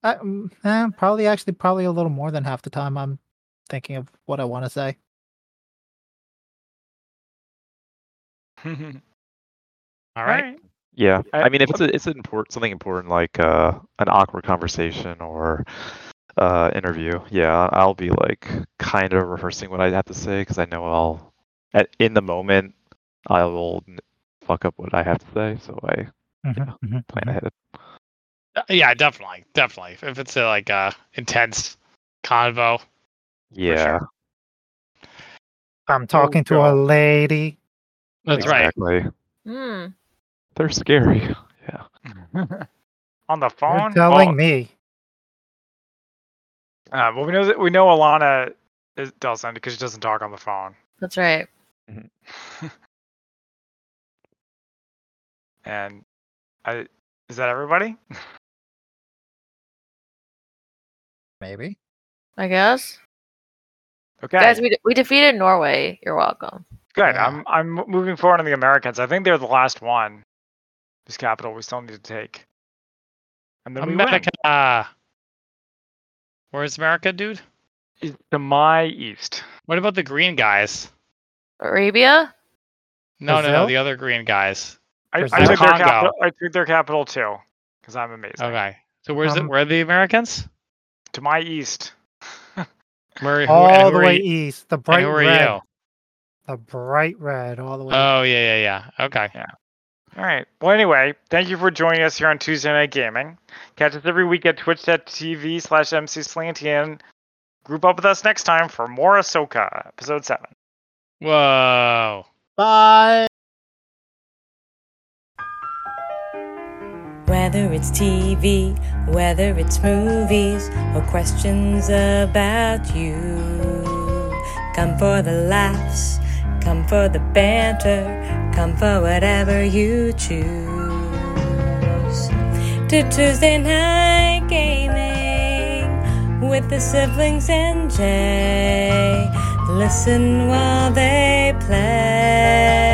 Speaker 4: I, mm, eh, probably actually probably a little more than half the time. I'm thinking of what I want to say.
Speaker 3: All right.
Speaker 5: Yeah,
Speaker 1: I-
Speaker 5: I, mean, if it's a, it's an important something important like uh, an awkward conversation or uh, interview, yeah, I'll be like kind of rehearsing what I have to say because I know I'll at, in the moment I will n- fuck up what I have to say, so I
Speaker 4: Mm-hmm.
Speaker 5: plan ahead.
Speaker 3: Uh, Yeah, definitely, definitely. If it's a, like a intense convo,
Speaker 5: Yeah,
Speaker 4: I'm talking to a lady.
Speaker 3: that's right.
Speaker 5: exactly.
Speaker 2: Hmm.
Speaker 5: They're scary. Yeah,
Speaker 1: on the
Speaker 4: You're
Speaker 1: phone?
Speaker 4: telling
Speaker 1: Oh,
Speaker 4: me.
Speaker 1: uh, well, we know that we know Alana is, doesn't because she doesn't talk on the phone.
Speaker 2: That's right.
Speaker 1: and I, is that everybody?
Speaker 4: Maybe.
Speaker 2: I guess.
Speaker 1: Okay.
Speaker 2: Guys, we, de- we defeated Norway. You're welcome.
Speaker 1: Good.
Speaker 4: Yeah.
Speaker 1: I'm I'm mo- moving forward on the Americans. I think they're the last one. This capital we still need to take. And then
Speaker 3: America. Where's America, dude?
Speaker 1: we win. It's to my east.
Speaker 3: What about the green guys?
Speaker 2: Arabia?
Speaker 3: No, no,
Speaker 4: Brazil?
Speaker 3: no, the other green guys.
Speaker 1: I, I
Speaker 4: Brazil.
Speaker 1: took their
Speaker 3: Congo.
Speaker 1: capital. I took their capital too, because I'm amazing.
Speaker 3: Okay. So where's
Speaker 4: Um,
Speaker 3: the, where are the Americans?
Speaker 1: To my east.
Speaker 3: Where, who, and
Speaker 4: all
Speaker 3: who
Speaker 4: the
Speaker 3: are
Speaker 4: way
Speaker 3: you-
Speaker 4: east. The
Speaker 3: and
Speaker 4: bright
Speaker 3: who are
Speaker 4: red.
Speaker 3: you?
Speaker 4: The bright red. All the way.
Speaker 3: Oh, yeah, yeah, yeah. Okay.
Speaker 1: All right. Well, anyway, thank you for joining us here on Tuesday Night Gaming. Catch us every week at twitch.tv slash mcslantian. Group up with us next time for more Ahsoka, episode 7.
Speaker 3: Whoa.
Speaker 4: Bye.
Speaker 6: Whether it's TV, whether it's movies, or questions about you. Come for the laughs, come for the banter, come for whatever you choose. To Tuesday Night Gaming with the siblings and Jay. Listen while they play.